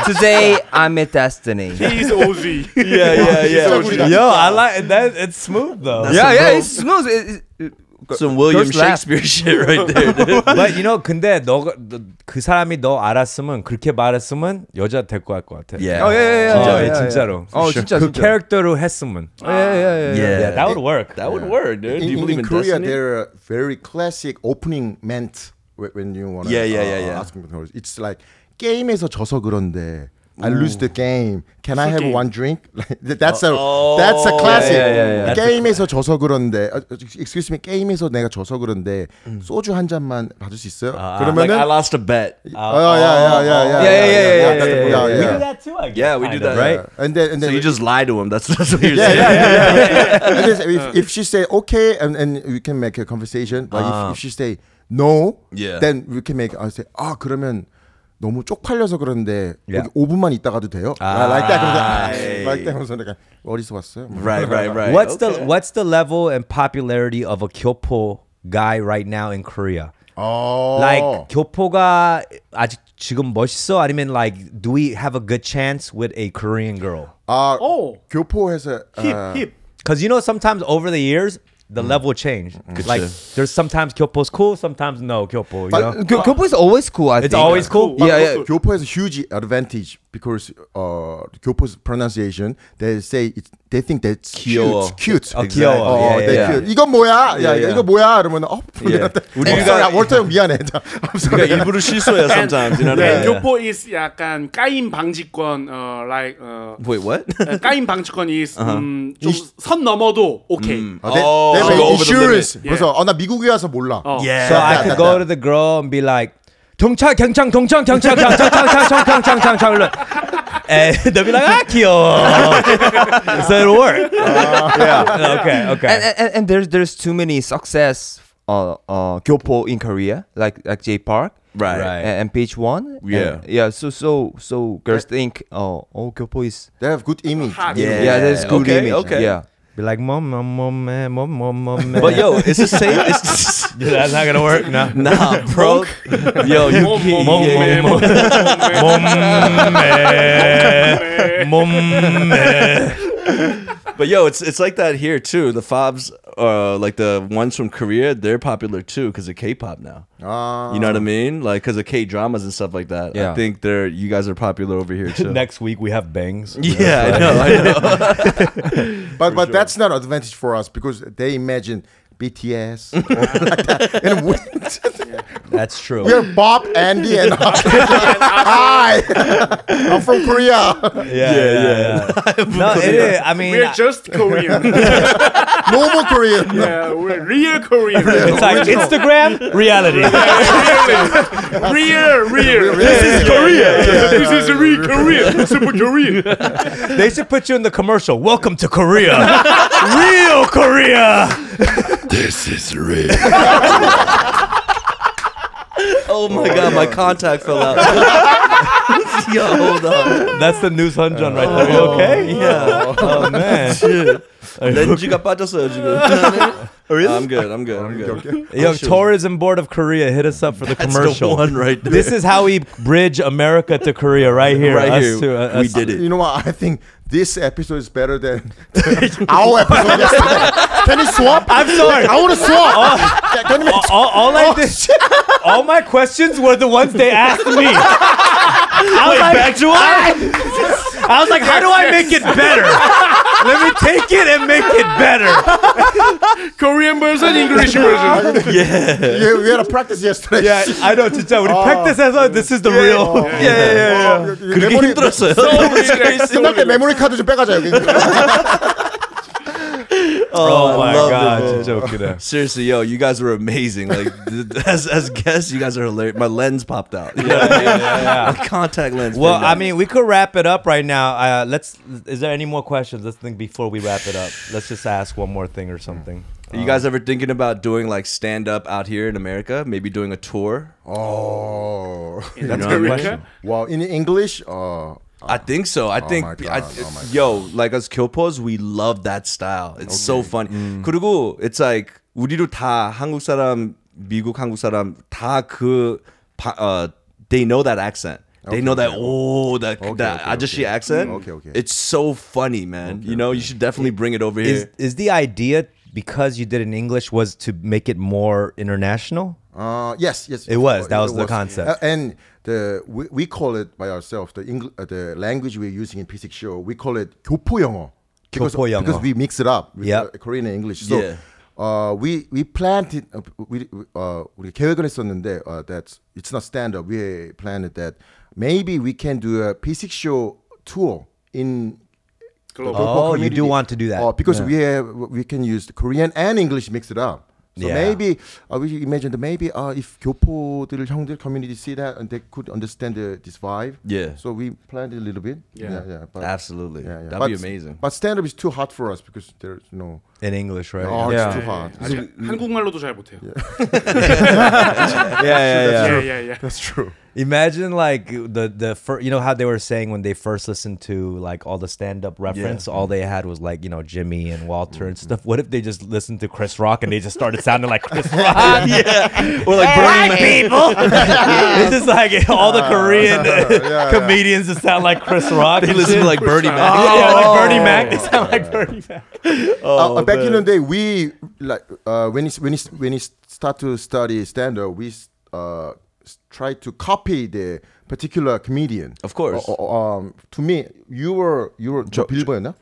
S5: Today I'm a destiny.
S4: He's OZ.
S2: Yeah, yeah,
S3: 진짜
S1: Yo, I like that. It's smooth though.
S5: yeah, yeah, it's smooth. It, it, it,
S2: Some William
S5: Girls laugh.
S2: Shakespeare shit right there. dude.
S1: But you know, 근데 너가 너- 그 사람이 너 알았으면 그렇게 말했으면 여자 될 것 같아.
S2: Yeah.
S5: oh yeah, yeah, yeah,
S1: 진짜,
S5: yeah, yeah,
S1: 진짜로.
S5: yeah. Oh, 진짜,
S1: 그
S5: 진짜.
S1: 캐릭터로 했으면.
S5: Yeah, yeah, yeah, yeah.
S1: Yeah, that would work.
S2: That would work, dude. Do you
S3: In,
S2: believe
S3: in
S2: in
S3: Korea,
S2: destiny?
S3: there are very classic opening meant whe- when you want to
S2: Yeah, yeah, yeah, yeah.
S3: ask them. It's like 게임에서 져서 그런데 I lose the game. Can I have
S4: game?
S3: one drink? *laughs* Like, th- that's a that's a classic.
S2: Oh, yeah, yeah, yeah.
S3: 게임에서 져서 그런데 아, excuse me. 게임에서 내가 져서 그런데 소주 한 잔만 받을 수 있어요?
S2: 음. 아, Like 아,
S3: 그러면은 어,
S2: I lost a bet.
S3: 야야야야야.
S5: yeah, yeah, yeah, yeah, yeah,
S3: yeah,
S1: We do
S3: yeah.
S1: that too, I guess.
S2: Yeah, we do
S1: kind of,
S2: that.
S1: right?
S3: And then and
S2: So
S3: then
S2: you just lie to him. That's that's what you're
S3: yeah,
S2: saying.
S3: yeah, yeah, yeah, *laughs* yeah. And then if,
S4: Uh.
S3: if she say okay, and, and we can make a conversation. But if, if she say no,
S2: Yeah.
S3: then we can make. I say 아 그러면 너무 쪽팔려서 그런데
S1: Yeah.
S3: 여기 5분만 있다가도 돼요? 아, like that. 그래서 아, like that. 하면서 내가 어디서 왔어요?
S2: *laughs*
S3: 뭐.
S2: Right, right, right.
S1: What's the what's the level and popularity of a 교포 guy right now in Korea?
S3: 어.
S1: Like 교포가 아직 지금 멋있어? 아니면 like do we have a good chance with a Korean girl?
S3: 아
S4: Oh,
S3: 교포에서
S4: hip,
S3: 아,
S4: hip.
S1: Because you know, sometimes over the years, the level change. Like there's sometimes Kyopo's cool, sometimes no Kyopo. You know,
S5: Go- Gopo is always cool. I
S1: it's
S5: think.
S1: always cool.
S4: cool.
S5: Yeah,
S3: 네,
S5: yeah.
S3: 교포에서 huge advantage because uh 교포's pronunciation they say it's, they think that's
S2: 귀여워.
S3: cute cute
S1: 어, 귀여워.
S3: 어,
S1: 예,
S3: they
S1: 예.
S3: cute. 이건 뭐야 야
S2: 예, 예.
S3: 이거 뭐야 이러면 어
S2: Yeah.
S3: 우리가 sorry, 아, 월터 형 미안해 *laughs* I'm sorry
S2: 그러니까 일부러
S4: *laughs*
S2: 실수해요. Sometimes you know what I
S4: And
S2: mean.
S3: *laughs*
S4: Yopo is 약간 까임 방지권, uh, like uh,
S2: Wait, what?
S4: uh, 까임 방지권 is um, 좀선 넘어도 okay.
S3: 어, they,
S2: 어,
S3: they
S2: go
S3: make
S2: over the
S3: insurance
S4: limit.
S3: 그래서 어나 미국에 와서 몰라
S2: *laughs*
S4: 어.
S2: Yeah.
S1: So I could go to the girl and be like, 경찰, 경찰, 경찰, 경찰, 경찰, 경찰, 경찰, 경찰, 경찰, look. And they'll be like, ah, 귀여워. so it'll work. yeah. Okay. Okay.
S5: and, and, and there's there's too many success uh uh gyopo in Korea like like J Park
S2: Right.
S5: a- and, page one
S2: Yeah.
S5: and- yeah so so so girls think oh oh gyopo is
S3: they have good image
S4: Hot.
S5: 예, yeah, that's good
S2: okay,
S5: image
S2: Okay.
S5: yeah
S1: be like, mom, mom, mom, man, mom, mom, mom. man."
S2: But yo, it's the same.
S1: *laughs*
S2: It's
S1: that's not gonna work. No.
S2: nah, bro. yo, you
S4: 몸, 몸,
S1: 몸,
S4: 몸매,
S1: 몸,
S4: 몸매,
S1: mom, man,
S4: 몸매.
S1: mom, man.
S2: But yo, it's it's like that here too. The fobs, uh, like the ones from Korea, they're popular too because of K-pop now.
S3: Ah.
S2: You know what I mean? Like because of K dramas and stuff like that.
S1: Yeah.
S2: I think they're you guys are popular over here
S1: *laughs*
S2: too.
S1: Next week we have bangs.
S2: yeah, I know. I know.
S3: but but that's not advantage for us because they imagine BTS or like that. *laughs* and we,
S1: That's true.
S3: we're Bob, Andy, and *laughs* I. *laughs* I'm from Korea.
S1: yeah, yeah. yeah. no, it is. I mean,
S4: We're just Korean.
S3: Normal Korean.
S4: yeah, we're real Korean.
S1: it's like Instagram reality.
S4: real, real.
S3: This is
S4: Korea. this is a real Korea. Super Korean.
S1: they should put you in the commercial. Welcome to
S2: *laughs*
S1: Korea, real Korea.
S6: This is real.
S2: oh my god, my contact fell out. *laughs* yo, hold on.
S1: That's the news hunjun right there. You okay?
S2: Oh, Yeah.
S1: Oh
S2: *laughs*
S1: man.
S2: 렌즈 가 빠졌어요 *laughs* 지금.
S1: *laughs*
S2: really? I'm good. I'm good. I'm good.
S1: Yo,
S2: I'm sure.
S1: Tourism Board of Korea, hit us up for the
S2: That's
S1: commercial.
S2: the one right there.
S1: This is how we bridge America to Korea, right here.
S2: *laughs* right
S1: us
S2: here.
S1: two, uh,
S2: we
S1: us-
S2: did it.
S3: You know what? I think this episode is better than our episode yesterday. Can you swap?
S1: I'm
S2: *laughs*
S1: sorry.
S3: I want to swap. Can- can you-
S1: all, all
S2: Oh,
S1: I did, *laughs* all my questions were the ones they asked
S2: *laughs*
S1: me. I was like, I, I was like, how do I make it
S2: *laughs*
S1: better? Let me take it and make it better.
S4: Korean version, English version.
S3: yeah, we had a practice yesterday.
S1: Yeah,
S2: *laughs*
S1: I know. 진짜 우리
S2: Oh.
S1: practice해서 this is the real. *laughs*
S3: 어.
S2: 예예예.
S3: 어, 이- 이
S2: 그렇게
S3: 메모리-
S2: 힘들었어요.
S3: 끝날 때 메모리 카드 좀 빼가자 여기. *laughs*
S1: Oh, my
S2: I love
S1: god,
S2: it.
S1: 진짜
S2: *laughs*
S1: 웃기네.
S2: Seriously, yo, you guys were amazing. Like *laughs* th- as as guests, you guys are hilarious. My lens popped out. You know what I mean? My contact lens.
S1: Well,
S2: popped
S1: I
S2: out.
S1: mean, we could wrap it up right now. Uh, let's. Is there any more questions? Let's think before we wrap it up. Let's just ask one more thing or
S2: Hmm.
S1: something.
S2: Are you guys ever thinking about doing like stand up out here in America? Maybe doing a tour?
S3: Oh.
S1: That's a
S2: know,
S1: good
S2: like-
S1: question.
S3: Wow. In English. Uh,
S2: I think so. I think
S3: my
S2: I,
S3: God. Oh my
S2: yo, like us Kyopos, we love that style. It's so funny.
S3: Mm.
S2: 그리고 it's like 우리도 다 한국 사람, 미국 한국 사람 다그 uh, they know that accent. They know that oh that that
S3: okay,
S2: 아저씨
S3: okay.
S2: accent.
S3: Mm, okay, okay.
S2: It's so funny, man. you know, you should definitely bring it over here. *laughs*
S1: Is is the idea because you did it in English was to make it more international?
S3: Uh, yes, yes.
S1: It was. That was the concept.
S3: Uh, and the we, we call it by ourselves the Engl- uh, the language we're using in P6 show. We call it 교포영어. Because,
S1: 교포 영어.
S3: because we mix it up with
S1: Yep.
S3: uh, Korean and English. So
S2: Yeah.
S3: uh, we we planned it. Uh, we uh, 우리 계획을 했었는데 uh, that it's not stand up. We planned that maybe we can do a P6 show tour in
S4: Global.
S3: global
S1: Oh, you do
S3: community.
S1: want to do that.
S3: Uh, because we have, we can use the Korean and English mix it up. So
S1: Yeah.
S3: maybe uh, we imagined maybe uh, if 교포들 형들 community see that and they could understand the, this vibe.
S2: Yeah.
S3: So we planned it a little bit. Yeah, yeah. but,
S2: Absolutely.
S3: yeah, yeah.
S2: That'd
S3: but,
S2: be amazing.
S3: But stand up is too hot for us because there's no.
S1: In English, right?
S3: Oh,
S1: yeah.
S3: it's too hot.
S4: 아직 한국말로도 잘 못해요.
S1: yeah, yeah,
S4: 예,
S1: yeah.
S4: Yeah, yeah, yeah.
S3: That's true.
S1: Imagine like the the fir- you know how they were saying when they first listened to like all the stand up reference, all they had was like you know Jimmy and Walter
S2: Mm-hmm.
S1: and stuff. What if they just listened to Chris Rock and they just started sounding like
S2: *laughs*
S1: Chris Rock? yeah, *laughs* or like Burning people. *laughs* it's just like all the
S2: *laughs*
S1: Korean comedians just sound like Chris Rock.
S2: Uh, they
S1: and
S2: listen
S1: shit.
S2: to like Oh. Bernie
S3: *laughs*
S2: Mac.
S1: yeah, *laughs* yeah, like Bernie Mac. They sound like Bernie Mac.
S3: uh, uh, back in the day, we like uh, when it's when it's when it's start to study stand up, we uh, s- try to copy the particular comedian.
S2: Of course.
S3: Uh, uh, um, to me, you were you were 빌보였나? Uh,
S4: 빌보드.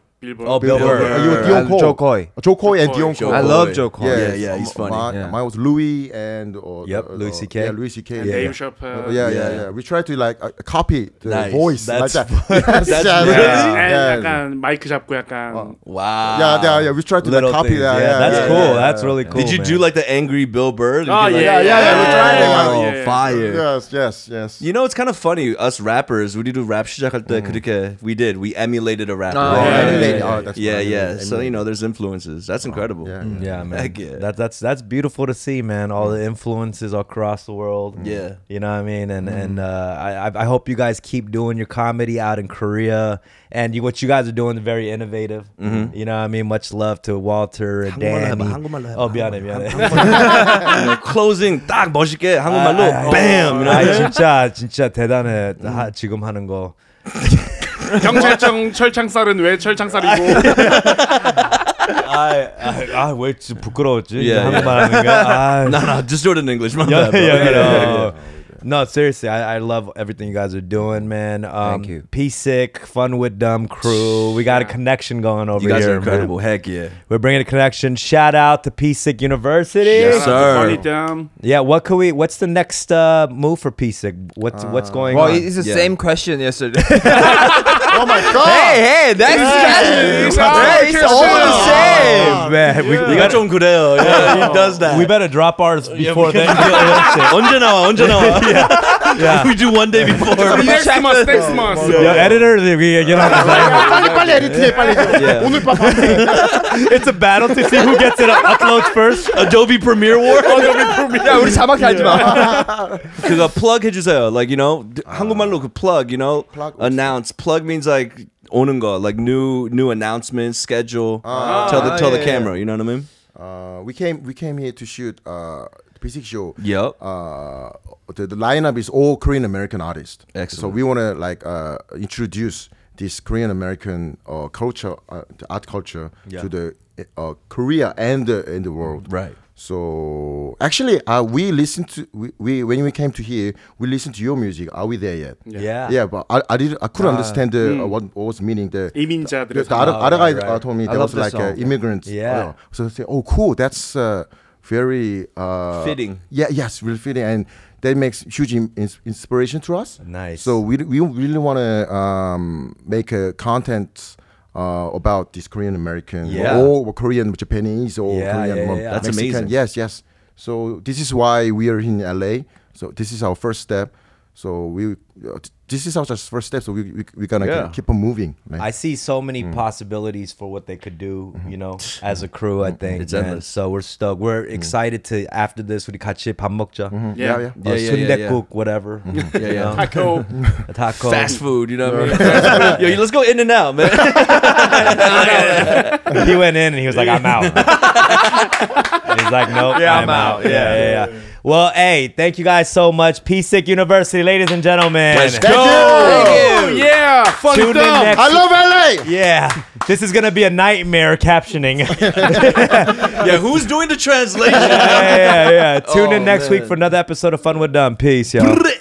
S2: Oh, Bill
S1: Bill
S2: Burr.
S1: Burr.
S3: you were Dion
S1: And
S3: Cole. Uh,
S1: Joe Coy.
S3: Joe Coy and
S4: Coy.
S3: Dion
S4: Joe
S3: Cole.
S2: I
S3: Coy.
S2: love Joe Coy.
S3: Yes.
S2: Yeah, yeah, he's funny.
S3: Mine,
S1: Yeah.
S3: Um, mine was Louis and or,
S1: Yep,
S3: uh,
S1: Louis
S3: uh,
S1: CK.
S3: Yeah, Louis C.K.
S4: Dave
S3: yeah.
S4: Chappelle.
S3: Uh, yeah, yeah, yeah,
S2: Yeah.
S3: We try to like uh, copy the
S2: Nice.
S3: voice
S2: That's
S3: like that. *laughs* Yes,
S2: That's-
S3: yeah,
S2: yeah.
S4: And uh,
S3: yeah. 어.
S4: 약간 마이크 잡고 약간
S2: Wow.
S3: Yeah, yeah, yeah. We try to like,
S1: Little
S3: copy
S1: things.
S3: that.
S1: Yeah, that's
S3: yeah,
S1: cool.
S3: yeah,
S1: that's
S3: yeah.
S1: really cool.
S2: Did you
S1: man.
S2: do like the angry Bill Burr? Did
S4: Oh,
S2: you, like,
S4: yeah, yeah, yeah,
S3: we're trying it out.
S2: Oh,
S4: Yeah, yeah.
S2: fire.
S3: Yes, yes, yes.
S2: You know, it's kind of funny. Us rappers, we do rap 시작할 때 그렇게 we did. We emulated a rapper. yeah, yeah, yeah.
S3: Oh, yeah, yeah, yeah. Oh, that's
S2: yeah,
S3: right.
S2: yeah.
S3: Yeah,
S2: So
S3: yeah.
S2: you know, there's influences. That's incredible.
S3: yeah,
S2: Mm.
S1: *laughs* Yeah, man.
S2: Heck yeah.
S1: That, that's that's beautiful to see, man. All the influences across the world.
S2: Yeah.
S1: you know what I mean. And and uh, I I- I hope you guys keep doing your comedy out in Korea. And you, what you guys are doing is very innovative. You know what I mean. Much love to Walter and
S2: 한국말로 해봐,
S1: Danny.
S2: 한국말로 해봐,
S1: Oh, 미안해, 미안해. *laughs*
S2: You know, closing 딱 멋있게
S1: *laughs*
S2: 한국말로
S1: 아, 아, 아,
S2: bam. You know?
S1: Mm-hmm. 아, 진짜 진짜 대단해. 하- 지금 하는 거.
S4: 경찰청 철창살은
S3: *laughs*
S4: 왜 철창살이고
S1: 아아왜 부끄러웠지?
S2: 예,
S1: 한국말 하는가? *laughs* 아,
S2: No, no, just do it in English. My
S1: yeah,
S2: bad, bro.
S1: yeah,
S2: Yeah,
S1: you
S2: yeah, yeah.
S1: know. No, seriously, I, I love everything you guys are doing, man. Um, Thank you. P sick, fun with dumb crew. We got a connection going over
S2: You guys
S1: here.
S2: are incredible.
S1: Man.
S2: Heck yeah.
S1: We're bringing a connection. Shout out to P sick University.
S2: Yes, sir.
S4: funny dumb
S1: Yeah. What could we? What's the next uh, move for P sick?
S2: Uh,
S1: What's what's going
S5: Well,
S1: on?
S5: it's the
S2: Yeah.
S5: same question yesterday.
S3: Oh my god.
S5: hey, hey, that's
S4: Yes.
S5: Hey, it's all the same.
S1: Oh, man, we, we,
S2: 이거 좀 그래요.
S1: Oh.
S2: Yeah, he does that.
S1: we better drop ours before then.
S2: 언제 나와? 언제 나와? *laughs* We do one day before.
S4: next
S5: check
S4: month
S5: the-
S4: next month
S1: Yo, editor, we, you
S2: *laughs*
S1: know,
S3: 빨리 빨리 에디트해 빨리.
S2: Yeah.
S3: 오늘 밤 밤새.
S1: it's a battle to see who gets it up, uploads first.
S2: Adobe Premiere *laughs* War.
S5: 야, 우리 자막 달지 마.
S2: *laughs* 그거 plug 해주세요. Like you know, 한국말로 그 plug, you know,
S3: Plug.
S2: announce. Plug means like 오는 거, like new new announcements, schedule. tell the
S1: 아,
S2: tell
S1: 예,
S2: the
S1: 예.
S2: camera. You know what I mean?
S3: Uh, we came we came here to shoot uh basic show.
S2: Yep.
S3: Uh, the, the lineup is all Korean American artists. So
S2: Excellent.
S3: we want to like uh, introduce this Korean American uh, culture, uh, the art culture
S1: Yeah.
S3: to the uh, Korea and the and the world.
S2: Right.
S3: So actually, uh, we listened to we, we when we came to here, we listened to your music. Are we there yet?
S1: Yeah.
S3: Yeah, but I, I didn't I couldn't understand the, uh, what, what was meaning the
S4: Hmm. 이민자들의
S3: the, the other,
S1: Oh,
S3: other guy
S1: right,
S3: uh,
S1: right.
S3: told me
S5: I
S3: there
S5: love
S3: was
S5: this
S3: like uh,
S5: song.
S3: immigrants.
S1: Yeah.
S3: uh, so I say, oh, cool. That's uh, very uh,
S2: Fitting.
S3: Yeah, yes, really fitting, and that makes huge in- ins- inspiration to us.
S1: Nice.
S3: So we we really want to um, make a content. Uh, about this Korean American
S1: Yeah.
S3: or Korean Japanese or
S1: Yeah,
S3: Korean
S1: yeah,
S3: Mo-
S1: yeah.
S2: That's
S3: Mexican.
S2: amazing.
S3: Yes, yes. So this is why we are in LA. So this is our first step. So we uh, this is our just first step. So we we we gonna
S2: Yeah.
S3: keep on moving. man.
S1: I see so many possibilities for what they could do, you know, as a crew. I think
S2: It's
S1: man.
S2: endless.
S1: So we're stoked. We're excited to after this. 우리 같이 밥 먹자.
S4: Yeah.
S3: yeah.
S1: Uh,
S3: Oh.
S2: Yeah, yeah, yeah, yeah.
S1: 순댓국, whatever. Yeah,
S2: yeah.
S4: 타코
S1: Taco.
S2: Fast food. You know what I mean? *laughs* Yo, let's go in and out, man.
S1: he went in and he was like, "I'm out." And He's like, "Nope,
S4: Yeah,
S1: I'm,
S4: I'm
S1: out."
S4: out.
S1: Yeah, yeah, yeah, Well, hey, thank you guys so much. P Sick University, ladies and gentlemen.
S4: Oh, yeah funny
S1: Tune in
S4: dumb
S1: next.
S3: I love LA.
S1: yeah, this is gonna be a nightmare captioning.
S2: yeah, who's doing the translation?
S1: yeah, yeah, yeah. Tune
S2: Oh,
S1: in next week
S2: man.
S1: for another episode of Fun with Dumb. Peace, y'all.